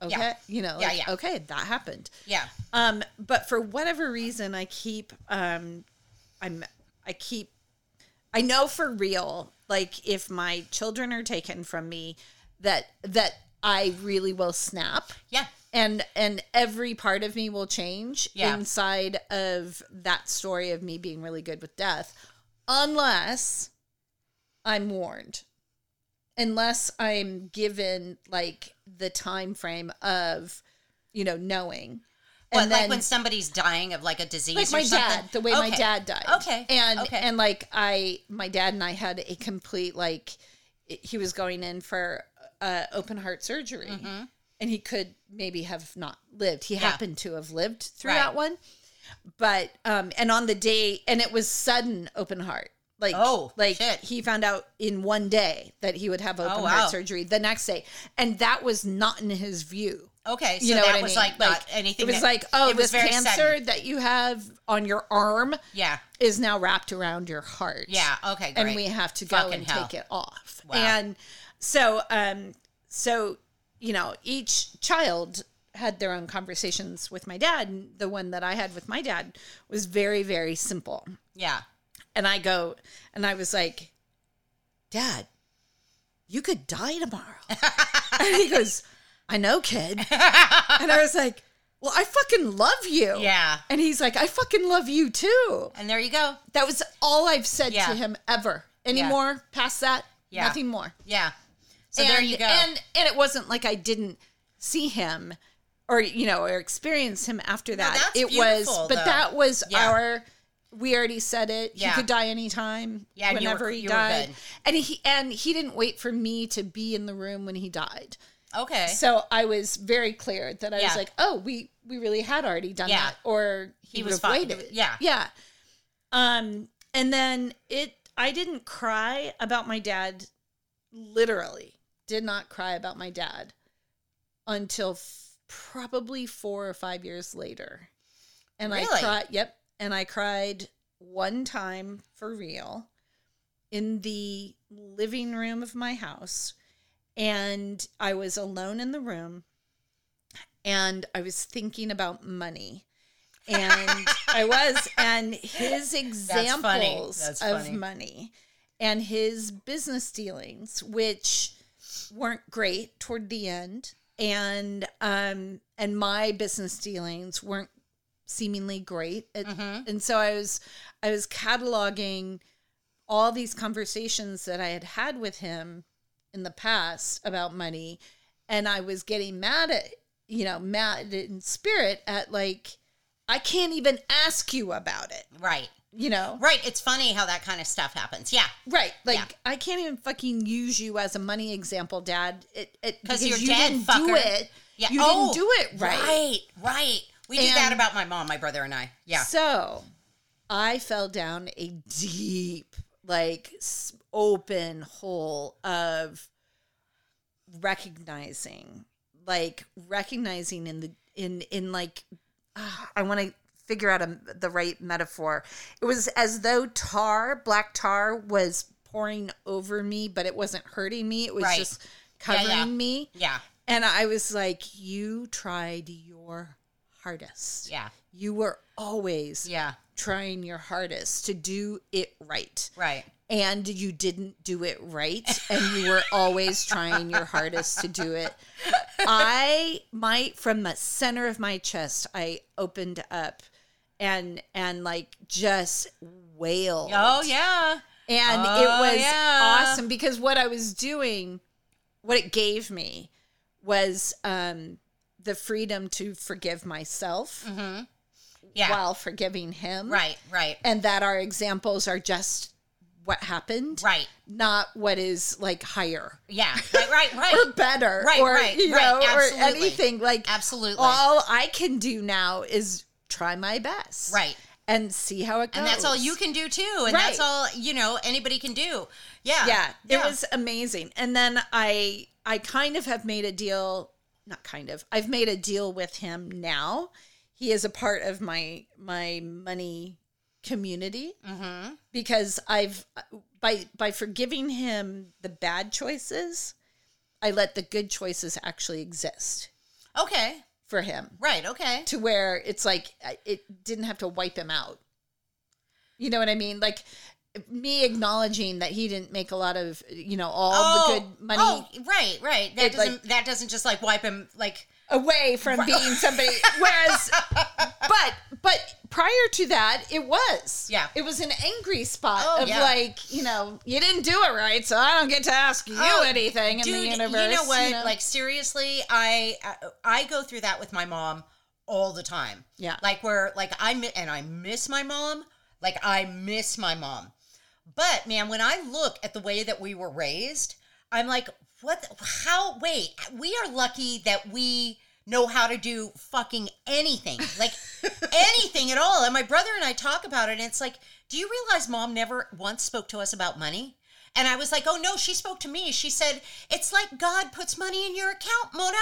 B: okay, you know,
A: Yeah,
B: like,
A: yeah.
B: okay, that happened.
A: yeah,
B: Um, but for whatever reason, I keep, um, I'm, I keep, I know for real, like if my children are taken from me, that that I really will snap
A: yeah,
B: and and every part of me will change
A: Yeah.
B: inside of that story of me being really good with death unless i'm warned unless i'm given like the time frame of you know knowing
A: What, like when somebody's dying of like a disease,
B: like
A: or
B: my
A: something?
B: dad the way my
A: Okay.
B: dad died
A: Okay.
B: and
A: Okay.
B: and like i my dad and i had a complete like it- he was going in for uh open heart surgery
A: Mm-hmm.
B: and he could maybe have not lived he happened to have lived through
A: Right.
B: that one but um and on the day and it was sudden open heart like
A: Oh,
B: like
A: shit. Oh,
B: he found out in one day that he would have open
A: wow.
B: heart surgery the next day and that was not in his view
A: Okay, so
B: you know
A: that
B: what
A: was
B: I mean?
A: like not anything.
B: It was
A: that-
B: like, oh,
A: it was
B: this
A: very
B: cancer
A: sudden.
B: that you have on your arm
A: Yeah,
B: is now wrapped around your heart.
A: yeah. Okay, great.
B: and we have to go
A: Fucking
B: and
A: hell.
B: take it off.
A: Wow.
B: And so, um, so you know, each child had their own conversations with my dad. And the one that I had with my dad was very, very simple.
A: yeah,
B: And I go, and I was like, Dad, you could die tomorrow. and he goes, I know, kid. and I was like, Well, I fucking love you.
A: yeah.
B: And he's like, I fucking love you too.
A: And there you go.
B: That was all I've said
A: Yeah.
B: to him ever. Any more past that?
A: Yeah.
B: Nothing more.
A: Yeah. So there you go.
B: And and it wasn't like I didn't see him or you know or experience him after that.
A: that's
B: it was
A: beautiful,
B: but
A: though.
B: that was
A: Yeah.
B: our we already said it.
A: Yeah.
B: He could die anytime.
A: Yeah, and you were-
B: whenever he
A: you were
B: died.
A: good.
B: And he and he didn't wait for me to be in the room when he died.
A: okay.
B: So I was very clear that I
A: Yeah.
B: was like, oh, we we really had already done
A: Yeah.
B: that, or he,
A: He
B: would
A: was
B: have
A: fine.
B: waited.
A: Yeah.
B: yeah. Um, and then it, I didn't cry about my dad. Literally, did not cry about my dad until f- probably four or five years later, and I
A: Really?
B: cried. Yep, and I cried one time for real in the living room of my house and I was alone in the room and I was thinking about money. And I was, and
A: That's
B: his
A: funny.
B: examples
A: That's
B: of
A: funny.
B: money and his business dealings, which weren't great toward the end, and um, and my business dealings weren't seemingly great, at,
A: Mm-hmm.
B: and so I was, I was cataloging all these conversations that I had had with him in the past about money and I was getting mad at you know mad in spirit at like I can't even ask you about it.
A: Right.
B: You know,
A: Right. It's funny how that kind of stuff happens. Yeah.
B: right? Like
A: Yeah.
B: I can't even fucking use you as a money example, Dad. It, it
A: 'Cause
B: because
A: you're
B: you
A: dead,
B: didn't do
A: fucker.
B: it.
A: Yeah.
B: you
A: Oh,
B: didn't do it right.
A: Right. Right. We do that
B: And-
A: about my mom, my brother, and I. Yeah.
B: So I fell down a deep, like s- open hole of recognizing, like recognizing in the in in like ah, I want to figure out a, the right metaphor. It was as though tar, black tar, was pouring over me, but it wasn't hurting me. It was
A: Right.
B: just
A: Yeah,
B: covering
A: yeah.
B: me.
A: Yeah.
B: And I was like, "You tried your hardest.
A: Yeah.
B: You were always
A: Yeah.
B: trying your hardest to do it right.
A: Right.
B: And you didn't do it right. And you were always trying your hardest to do it. I my from the center of my chest, I opened up and and like just wailed.
A: Oh yeah.
B: And
A: Oh,
B: it was
A: yeah.
B: awesome because what I was doing, what it gave me was um the freedom to forgive myself
A: Mm-hmm. Yeah.
B: while forgiving him
A: right. Right.
B: and that our examples are just what happened,
A: Right.
B: not what is like higher
A: Yeah. Right. Right.
B: or
A: Right.
B: better
A: Right,
B: or
A: right,
B: you
A: right,
B: know
A: absolutely.
B: or anything like
A: Absolutely.
B: all I can do now is try my best,
A: Right.
B: and see how it goes.
A: and that's all you can do too. And that's
B: Right.
A: all you know anybody can do. Yeah.
B: Yeah, it was amazing. And then I I kind of have made a deal, not kind of. I've made a deal with him now. He is a part of my my money community because I've by by forgiving him the bad choices, I let the good choices actually exist
A: Okay.
B: for him
A: Right. Okay.
B: to where it's like I- it didn't have to wipe him out. You know what I mean? Like me acknowledging that he didn't make a lot of, you know, all the good money
A: Oh, right, right. That
B: It,
A: doesn't
B: like-
A: that doesn't just like wipe him like
B: away from being somebody. Whereas, but but prior to that, it was
A: Yeah.
B: it was an angry spot
A: Oh,
B: of
A: yeah.
B: like you know you didn't do it right, so I don't get to ask you
A: Oh,
B: anything in
A: dude,
B: the universe.
A: you know what? Like seriously, I I- I go through that with my mom all the time.
B: Yeah.
A: Like where like I mi- and I miss my mom. Like I miss my mom. But man, when I look at the way that we were raised, I'm like, what? the- How? Wait, we are lucky that we know how to do fucking anything, like anything at all. And my brother and I talk about it, and it's like, do you realize mom never once spoke to us about money? And I was like, oh no, she spoke to me. She said, it's like God puts money in your account, Mona.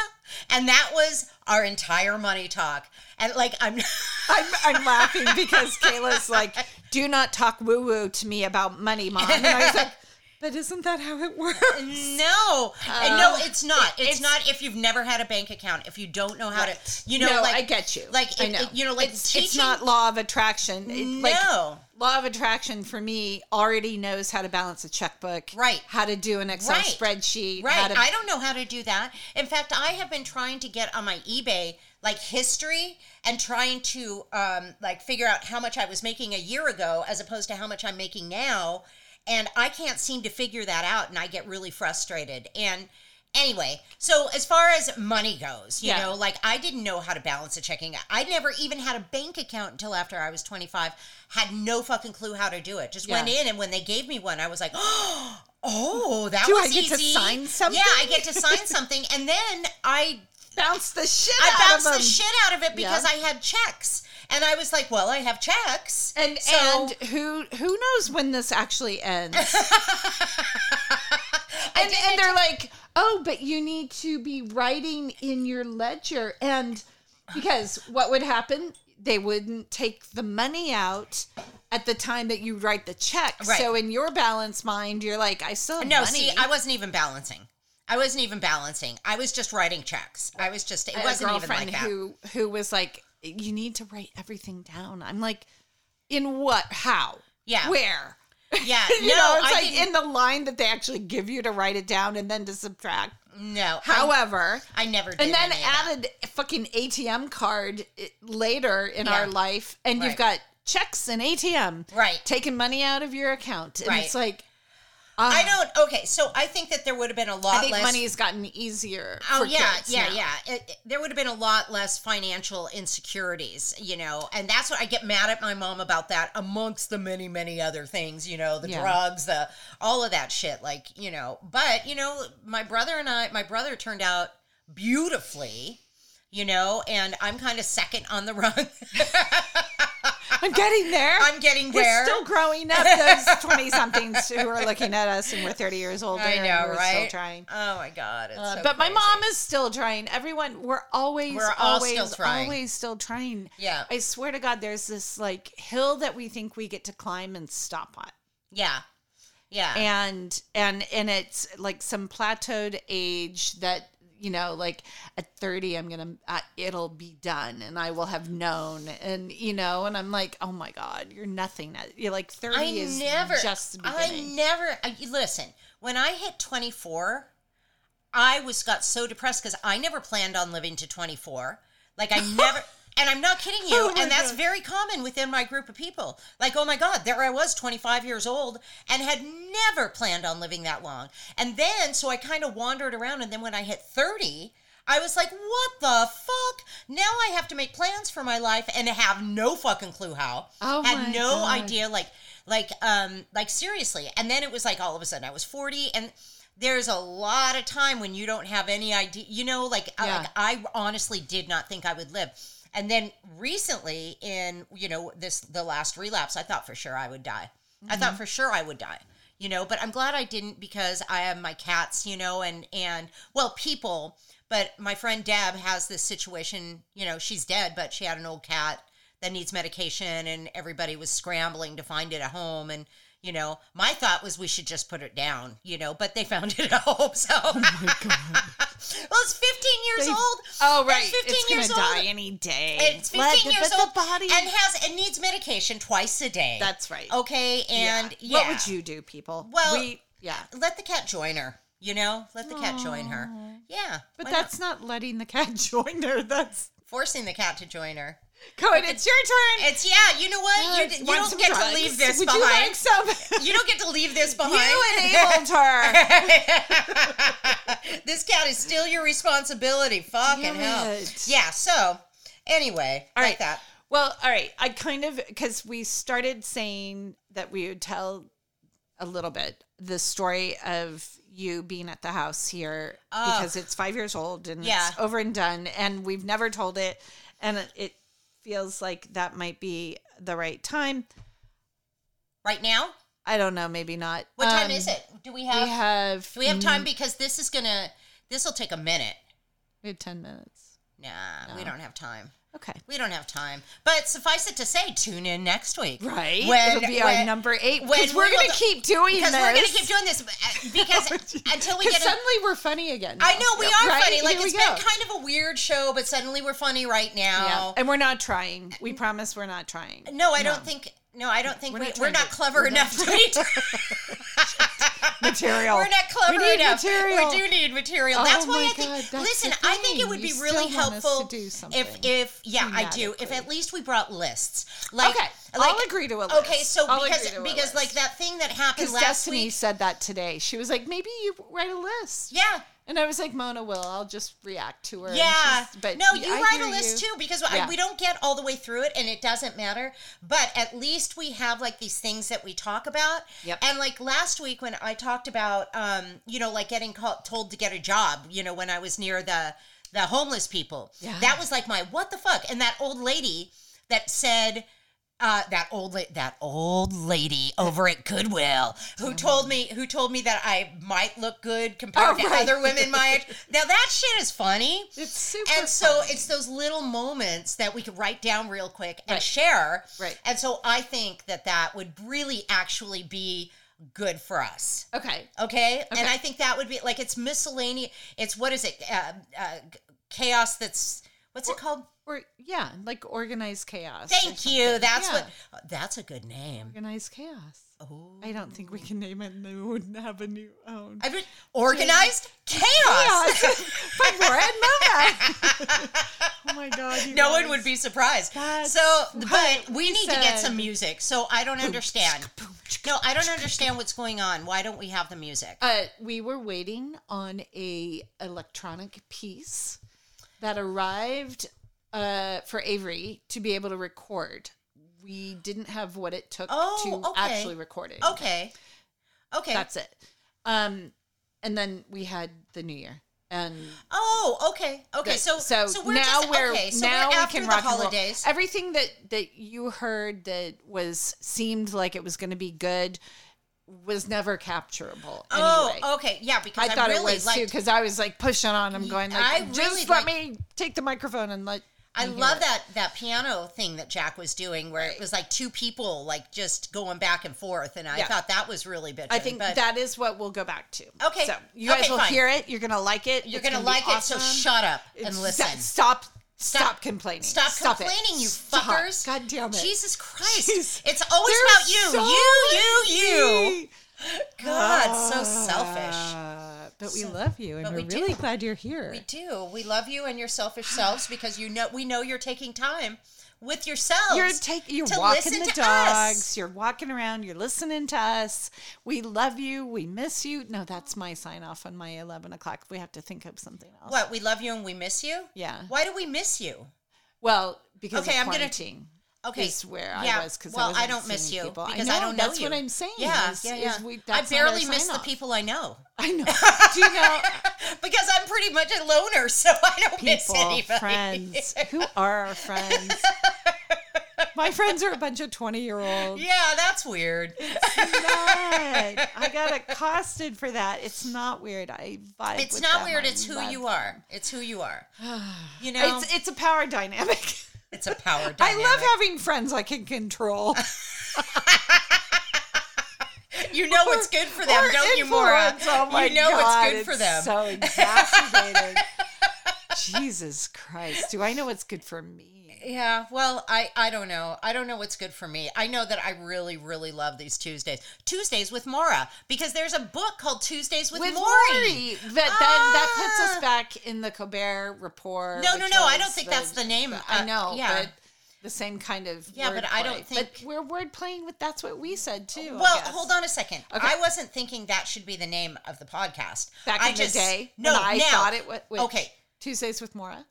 A: And that was our entire money talk. And like, I'm.
B: I'm, I'm laughing because Kayla's like, do not talk woo woo to me about money, mom. And I was like, but isn't that how it works?
A: No, and no, it's not. It's,
B: Um, it's-
A: not if you've never had a bank account. If you don't know how
B: Right.
A: to, you know,
B: No,
A: like
B: I get you.
A: Like,
B: I
A: it-
B: know.
A: it- you know, like
B: it's, it's
A: teaching-
B: not law of attraction. It- like,
A: No.
B: law of attraction for me already knows how to balance a checkbook,
A: Right.
B: How to do an Excel
A: Right.
B: spreadsheet, How
A: Right.
B: to,
A: I don't know how to do that. In fact, I have been trying to get on my eBay like history and trying to um, like figure out how much I was making a year ago as opposed to how much I'm making now. And I can't seem to figure that out and I get really frustrated. And anyway, so as far as money goes, you
B: Yeah.
A: know, like I didn't know how to balance a checking. I never even had a bank account until after I was 25. Had no fucking clue how to do it. Just went
B: Yeah.
A: in and when they gave me one, I was like, "Oh, that
B: Do I
A: was
B: get to
A: easy.
B: sign something?
A: Yeah, I get to sign something, and then I
B: bounce the shit
A: I
B: out
A: bounced
B: of
A: the
B: them.
A: shit out of it because
B: Yeah.
A: I had checks, and I was like, "Well, I have checks,"
B: and
A: so,
B: and who who knows when this actually ends? and and they're like, oh, but you need to be writing in your ledger, and because what would happen? They wouldn't take the money out at the time that you write the check.
A: Right.
B: So in your balance mind, you're like, I still have
A: no,
B: money.
A: see, I wasn't even balancing. I wasn't even balancing. I was just writing checks. I was just it
B: I had
A: wasn't
B: a
A: even
B: girlfriend
A: like that.
B: who who was like, you need to write everything down. I'm like, in what? How?
A: Yeah.
B: Where?
A: yeah,
B: You
A: no,
B: know, it's
A: I
B: like
A: didn't,
B: in the line that they actually give you to write it down and then to subtract.
A: no. I,
B: However,
A: I never did.
B: uh, and then
A: any of that.
B: added a fucking ATM card i- later in
A: Yeah.
B: our life, and
A: Right.
B: you've got checks and ATM,
A: Right.
B: Taking money out of your account, and
A: Right.
B: it's like,
A: I don't. Okay, so I think that there would have been a lot
B: I think
A: less.
B: money's gotten easier.
A: oh
B: for
A: yeah,
B: kids
A: yeah,
B: now.
A: yeah. It, it- there would have been a lot less financial insecurities, you know, and that's what I get mad at my mom about that, amongst the many, many other things, you know, the
B: Yeah.
A: drugs, the all of that shit, like you know. But you know, my brother and I, my brother turned out beautifully. You know, and I'm kind of second on the run.
B: I'm getting there.
A: I'm getting
B: we're
A: there.
B: still growing up. Those twenty somethings who are looking at us, and we're thirty years older.
A: I know,
B: and we're
A: right?
B: Still trying. Uh,
A: Oh my god! It's so
B: but my
A: crazy.
B: mom is still trying. Everyone, we're always,
A: We're all
B: always,
A: still trying.
B: always still trying.
A: Yeah.
B: I swear to God, there's this like hill that we think we get to climb and stop on,
A: Yeah, yeah.
B: and and and it's like some plateaued age that you know, like at thirty, I'm gonna, uh, it'll be done, and I will have known, and you know, and I'm like, oh my God, you're nothing. You're like thirty
A: I
B: is
A: never,
B: just the
A: I
B: beginning.
A: never. I, listen, when I hit 24, I was got so depressed because I never planned on living to 24. Like I never. And I'm not kidding you.
B: Oh my
A: and that's
B: God.
A: very common within my group of people. Like, oh my God, there I was, 25 years old, and had never planned on living that long. And then, so I kind of wandered around. And then when I hit 30, I was like, what the fuck? Now I have to make plans for my life and have no fucking clue how.
B: Oh
A: had
B: my
A: no
B: God.
A: idea like like um like seriously and then it was like all of a sudden i was 40 and there's a lot of time when you don't have any idea you know like, I-
B: Yeah.
A: like i honestly did not think i would live and then recently in you know this the last relapse i thought for sure i would die i thought for sure i would die you know but i'm glad i didn't because i have my cats you know and and well people but my friend deb has this situation you know she's dead but she had an old cat that needs medication and everybody was scrambling to find it at home and you know my thought was we should just put it down you know but they found it at home so well it's 15 years
B: They-
A: old
B: Oh
A: It's
B: right,
A: 15
B: it's gonna
A: years
B: die
A: old
B: any day.
A: it's 15
B: Let-
A: years
B: but the
A: old
B: body-
A: and has and needs medication twice a day
B: That's right.
A: okay and yeah,
B: Oh, What would you do, people?
A: Well-
B: we, yeah.
A: let the cat join her you know let the cat join her yeah
B: But
A: why not?
B: that's not letting the cat join her. That's
A: forcing the cat to join her
B: going. It's your turn.
A: it's yeah you know what you, d- you
B: Want
A: don't
B: some
A: get
B: drugs?
A: to leave this
B: Would
A: behind
B: You, like some?
A: You don't get to leave this behind.
B: you enabled her.
A: this cat is still your responsibility. Fucking
B: Damn
A: hell.
B: it.
A: Yeah, so anyway,
B: All
A: like
B: right.
A: that.
B: Well, all right. I kind of because we started saying that we would tell a little bit the story of you being at the house here because it's five years old and
A: Yeah.
B: it's over and done, and we've never told it, and it, it feels like that might be the right time.
A: Right now?
B: I don't know, maybe not.
A: What time
B: Um,
A: is it? Do we
B: We
A: have,
B: have mm.
A: do we have time because this is gonna this'll take a minute.
B: we have ten minutes.
A: Nah, we don't have time.
B: Okay.
A: We don't have time. But suffice it to say, tune in next week.
B: Right.
A: When,
B: It'll be our
A: when-
B: number eight.
A: when
B: Because we're
A: we
B: going
A: will-
B: to keep doing
A: Because
B: this. Oh,
A: we're gonna keep doing this uh, because until we
B: 'Cause
A: get a,
B: suddenly we're funny again.
A: I know we
B: Yeah,
A: are
B: right?
A: funny. Like
B: Here
A: it's
B: we
A: been
B: go.
A: kind of a weird show, but suddenly we're funny right now.
B: Yeah. And we're not trying. We promise we're not trying.
A: Oh. No, I don't think. No, I don't think
B: We're
A: we,
B: not
A: we're
B: trying
A: not
B: to-
A: clever
B: we're not
A: enough. To be
B: Material.
A: we're not clever
B: We need
A: enough.
B: material.
A: We do need material.
B: Oh
A: that's why
B: my
A: I think.
B: God, that's the
A: listen, I think it
B: thing.
A: would be
B: You
A: really
B: still want us to
A: helpful
B: do
A: if
B: something
A: if yeah, I do. If
B: thematically.
A: at least we brought lists. Like,
B: Okay, I'll
A: like,
B: agree to a
A: Okay,
B: list.
A: so
B: I'll
A: because
B: agree to a
A: because
B: list.
A: like that thing that happened
B: Because
A: last
B: Destiny
A: week.
B: said that today. She was like, maybe you write a list.
A: Yeah.
B: And I was like, Mona will. I'll just react to her. and
A: Yeah.
B: she's- But
A: no, you
B: I
A: write
B: hear
A: a list
B: you.
A: too because
B: Yeah.
A: I, we don't get all the way through it and it doesn't matter. But at least we have like these things that we talk about.
B: Yep.
A: And like last week when I talked about, um, you know, like getting called, told to get a job, you know, when I was near the the homeless people.
B: Yeah.
A: That was like my what the fuck. And that old lady that said, uh, that old la- that old lady over at Goodwill who told me who told me that I might look good compared
B: Oh,
A: to
B: right.
A: other women my age. Now that shit is funny
B: It's super.
A: and so
B: fun.
A: it's those little moments that we could write down real quick and
B: Right.
A: share
B: Right.
A: and so i think that that would really actually be good for us
B: Okay.
A: okay, and i think that would be like it's miscellaneous it's what is it uh, uh, chaos that's What's it called?
B: Or yeah, like organized chaos.
A: Thank you. That's
B: Yeah.
A: what. That's a good name.
B: Organized chaos.
A: Oh,
B: I don't think we can name it new and have a new own.
A: I would- organized chaos.
B: But we're at Mona. oh my god. you
A: No one
B: guys.
A: would be surprised.
B: That's
A: so,
B: what
A: but we
B: we
A: need to get
B: said.
A: some music. So I don't understand. No, I don't understand what's going on. Why don't we have the music?
B: Uh, we were waiting on a electronic piece that arrived uh, for Avery to be able to record. We didn't have what it took
A: Oh,
B: to
A: okay.
B: actually record it.
A: Okay. Okay.
B: that's it. Um, and then we had the New Year, and
A: oh, okay. Okay.
B: the-
A: so so, we're
B: now
A: just,
B: we're
A: okay, so we're
B: now we
A: after
B: can
A: the
B: rock
A: holidays.
B: And roll. Everything that that you heard that was seemed like it was going to be good was never capturable. anyway.
A: Oh, okay. Yeah, because
B: I
A: I,
B: thought
A: really
B: it was
A: liked
B: too because I was like pushing on him, going like,
A: I
B: "Just
A: really
B: let
A: like-
B: me take the microphone and let."
A: I
B: me hear
A: love
B: it."
A: that that piano thing that Jack was doing, where it was like two people like just going back and forth, and I
B: Yeah.
A: thought that was really bitchin'.
B: I think
A: but
B: that is what we'll go back to.
A: Okay,
B: so you guys
A: okay,
B: will
A: fine.
B: hear it. You're gonna like it.
A: you're
B: It's
A: gonna,
B: be
A: like it. So
B: awesome.
A: shut up and
B: It's-
A: listen.
B: Stop. Stop, complaining.
A: Stop,
B: it.
A: complaining, you
B: Stop.
A: fuckers!
B: God damn it.
A: Jesus Christ!
B: Jeez.
A: It's always
B: They're
A: about you,
B: so
A: you, you, you.
B: mean.
A: God, so selfish.
B: Uh, but we love you, and
A: but
B: we're
A: we do.
B: really glad you're here.
A: We do. We love you and your selfish selves because you know we know you're taking time with yourselves.
B: You're taking, you're
A: to
B: walking
A: listen
B: the
A: to us.
B: dogs. You're walking around. You're listening to us. We love you. We miss you. No, that's my sign off on my eleven o'clock. We have to think of something else.
A: What we love you and we miss you.
B: Yeah.
A: Why do we miss you?
B: Well, because
A: Okay,
B: of
A: I'm gonna-
B: quarantine
A: Okay.
B: is where
A: Yeah.
B: I was because
A: well,
B: I, wasn't
A: don't miss
B: seeing
A: you
B: people.
A: because
B: I,
A: I,
B: know,
A: don't know
B: That's
A: you.
B: what I'm saying.
A: Yeah,
B: is-
A: yeah, yeah.
B: is we-
A: I
B: that's not our
A: barely miss the
B: sign-off.
A: people I know
B: I know. Do you know
A: because I'm pretty much a loner, so I don't miss
B: people,
A: anybody.
B: friends? Who are our friends? My friends are a bunch of twenty-year-olds.
A: Yeah, that's weird.
B: not. I got accosted for that. It's not weird. I vibe.
A: It's
B: with
A: not
B: them.
A: weird.
B: I
A: It's who
B: love
A: you
B: them.
A: are. It's who you are. You know,
B: It's it's a power dynamic.
A: it's a power dynamic. Um,
B: I love having friends I can control.
A: You know what's good for them,
B: Or
A: don't you, Maura?
B: influence. Oh my
A: you know
B: God,
A: what's good for
B: it's
A: them.
B: So exacerbated. Jesus Christ! Do I know what's good for me?
A: yeah, well, I I don't know. I don't know what's good for me. I know that I really really love these Tuesdays. Tuesdays with Maura because there's a book called Tuesdays with,
B: With
A: Maury.
B: Maury, that then that puts
A: Ah.
B: us back in the Colbert Report.
A: No, no,
B: which
A: no, I
B: was
A: don't think that's the name, uh,
B: I know,
A: yeah.
B: but the same kind of
A: Yeah, but I don't
B: wordplay. But
A: think-
B: we're word playing with. That's what we said too. I
A: Well,
B: guess.
A: hold on a second.
B: Okay.
A: I wasn't thinking that should be the name of the podcast.
B: Back
A: I
B: in
A: just,
B: the day,
A: no,
B: when I
A: now,
B: thought it was
A: okay.
B: Tuesdays with Mora.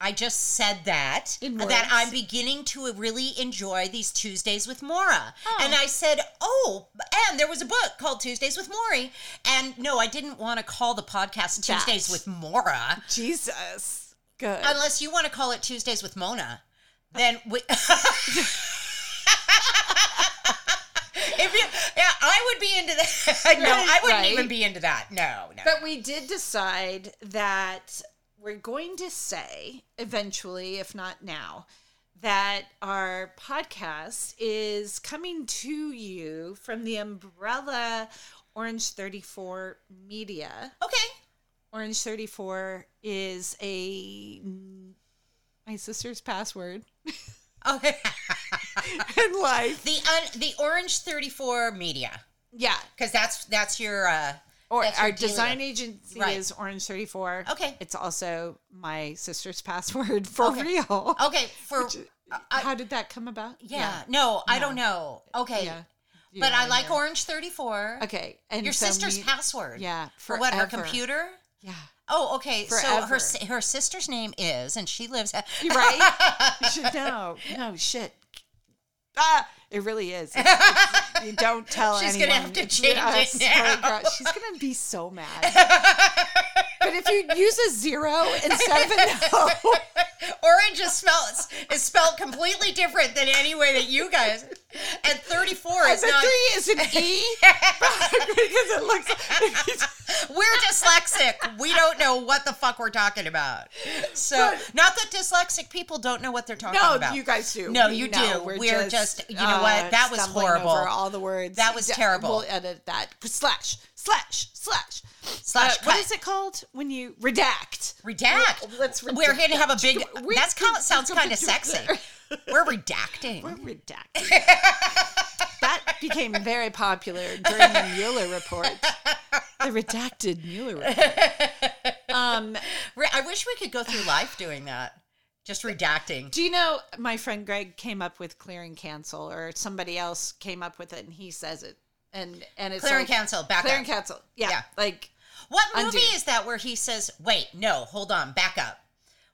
A: I just said that
B: In
A: that
B: words.
A: I'm beginning to really enjoy these Tuesdays with Mora. And I said, "Oh, and there was a book called Tuesdays with Maury." And no, I didn't want to call the podcast
B: That.
A: Tuesdays with Mora
B: Jesus, good.
A: unless you want to call it Tuesdays with Mona. Then we If you, yeah, I would be into that. no, I wouldn't
B: Right,
A: even
B: right.
A: be into that. No, no.
B: But we did decide that we're going to say eventually, if not now, that our podcast is coming to you from the umbrella Orange 34 Media.
A: okay.
B: Orange 34 is a my sister's password
A: Okay.
B: in life.
A: the un, the Orange 34 Media
B: Yeah.
A: cuz that's that's your uh
B: Or
A: That's
B: our
A: your dealer.
B: design agency
A: Right.
B: is Orange 34.
A: Okay.
B: It's also my sister's password for
A: Okay.
B: real.
A: Okay, for
B: Which-
A: uh, I-
B: how did that come about?
A: yeah, no, I don't know. Okay.
B: Yeah. You
A: But
B: know,
A: I like
B: yeah.
A: Orange 34.
B: Okay. And
A: Your
B: so
A: sister's
B: we-
A: password.
B: Yeah.
A: For what her
B: forever.
A: computer?
B: Yeah.
A: Oh, okay. So her
B: Forever.
A: si- her sister's name is and she lives at
B: You're right. you should know. No shit. Ah, it really is. It's- it's- you don't tell
A: She's
B: anyone.
A: gonna have to
B: It's-
A: change it
B: swear to
A: now.
B: God, she's gonna be so mad. but if you use a zero instead of a no,
A: Orange is spelled is spelled completely different than any way that you guys. And 34 is
B: the
A: not.
B: three is an E because it looks.
A: We're dyslexic. We don't know what the fuck we're talking about. So, not that dyslexic people don't know what they're talking
B: No,
A: about.
B: oh, you guys do.
A: No,
B: We
A: you
B: know. uh,
A: do. We're just- you know what? That was
B: stumbling
A: horrible.
B: Over all the words.
A: That was
B: Yeah,
A: terrible.
B: We'll edit that. Slash slash slash Uh,
A: Slash
B: What
A: cut.
B: is it called when you redact?
A: Redact.
B: Let's
A: We're going to have a big.
B: We're-
A: That's kind of sounds kind of sexy. We're redacting.
B: Redacting. that became very popular during the Mueller report. The redacted Mueller report. Um,
A: Re- I wish we could go through life doing that, just redacting.
B: do you know my friend Greg came up with clear and cancel, or somebody else came up with it, and he says it, and and it's
A: Clear and
B: like-
A: cancel. Back
B: clear
A: up.
B: and cancel. Yeah,
A: Yeah.
B: like
A: What movie
B: Undo.
A: is that where he says, "Wait, no, hold on, back up"?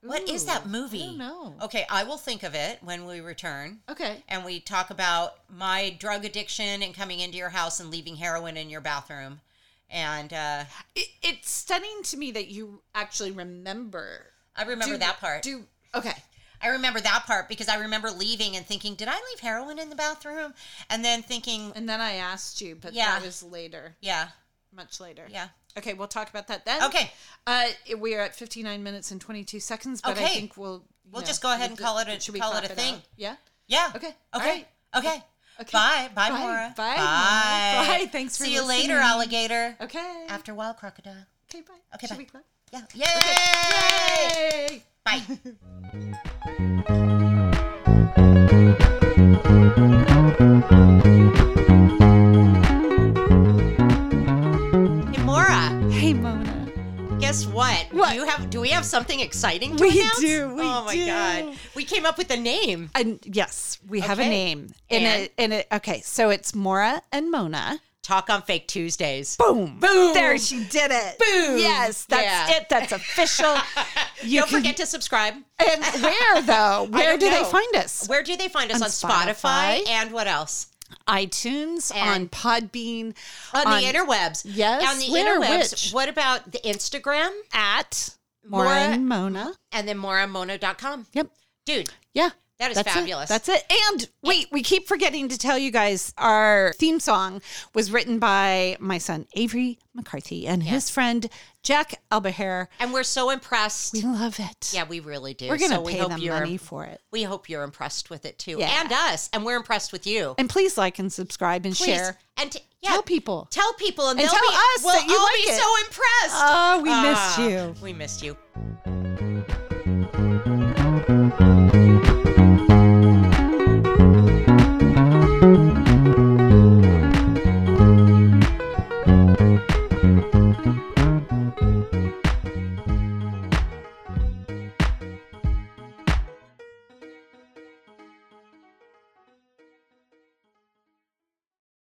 A: What is
B: Ooh, I
A: that
B: don't
A: movie?
B: know.
A: Okay, I will think of it when we return.
B: okay,
A: And we talk about my drug addiction and coming into your house and leaving heroin in your bathroom. And uh,
B: it, it's stunning to me that you actually remember.
A: I remember
B: do-
A: that part.
B: Do okay.
A: I remember that part because I remember leaving and thinking, did I leave heroin in the bathroom? And then thinking,
B: And then I asked you, but
A: Yeah.
B: that was later,
A: yeah,
B: much later.
A: yeah.
B: Okay, we'll talk about that then.
A: Okay,
B: Uh, we are at 59 minutes and 22 seconds, but I
A: Okay.
B: think we'll you
A: We'll just go ahead and call it a-
B: should we
A: call it
B: crop
A: a thing.
B: out? Yeah.
A: yeah.
B: Okay, all
A: Okay.
B: right.
A: Okay.
B: Okay.
A: Bye. Bye,
B: Bye.
A: Maura.
B: Bye,
A: Bye.
B: Maura. Bye. Thanks for
A: See you later,
B: listening.
A: alligator.
B: Okay.
A: After a while, crocodile.
B: okay. Bye.
A: Okay,
B: Should
A: bye.
B: we clap?
A: Yeah. Yay!
B: Yay!
A: Bye. Hey, Maura,
C: Hey, Mona.
A: guess what?
C: What?
A: Do you have? Do we have something exciting to
C: We
A: announce?
C: do, we
A: oh my
C: do.
A: god! We came up with a name.
B: And yes, we have a
A: Okay.
B: name. And,
A: And?
B: it, and it, okay, so it's Mora and Mona.
A: Talk on Fake Tuesdays.
B: Boom. Boom. There she did it.
A: Boom.
B: Yes, that's
A: Yeah.
B: it. That's official. you
A: Don't
B: can-
A: forget to subscribe.
B: And where though? Where
A: don't
B: do they
A: know.
B: find us?
A: Where do they find us
B: On
A: on, Spotify.
B: Spotify.
A: and what else?
B: iTunes, on
A: And-
B: Podbean,
A: On, the interwebs.
B: Yes,
A: On the
B: where,
A: interwebs.
B: which?
A: What about the Instagram?
B: at
A: Mora-
B: Mora and Mona.
A: And then moramono.com.
B: Yep.
A: Dude,
B: Yeah.
A: That is
B: That's it.
A: fabulous.
B: That's it. And wait, we keep forgetting to tell you guys our theme song was written by my son Avery McCarthy and his friend Jack Albaher.
A: and we're so impressed.
B: We love it.
A: yeah, we really do.
B: We're gonna
A: so we
B: pay
A: hope
B: them
A: you're,
B: money for it.
A: We hope you're impressed with it too,
B: Yeah.
A: and us, and we're impressed with you.
B: And please like and subscribe and
A: Please.
B: share.
A: and t- yeah,
B: Tell people.
A: tell people, and,
B: And
A: they'll
B: tell
A: be,
B: us
A: we'll
B: that you Oh.
A: all
B: like
A: be
B: it.
A: so impressed.
B: Oh, we missed
A: Ah,
B: you.
A: We missed you.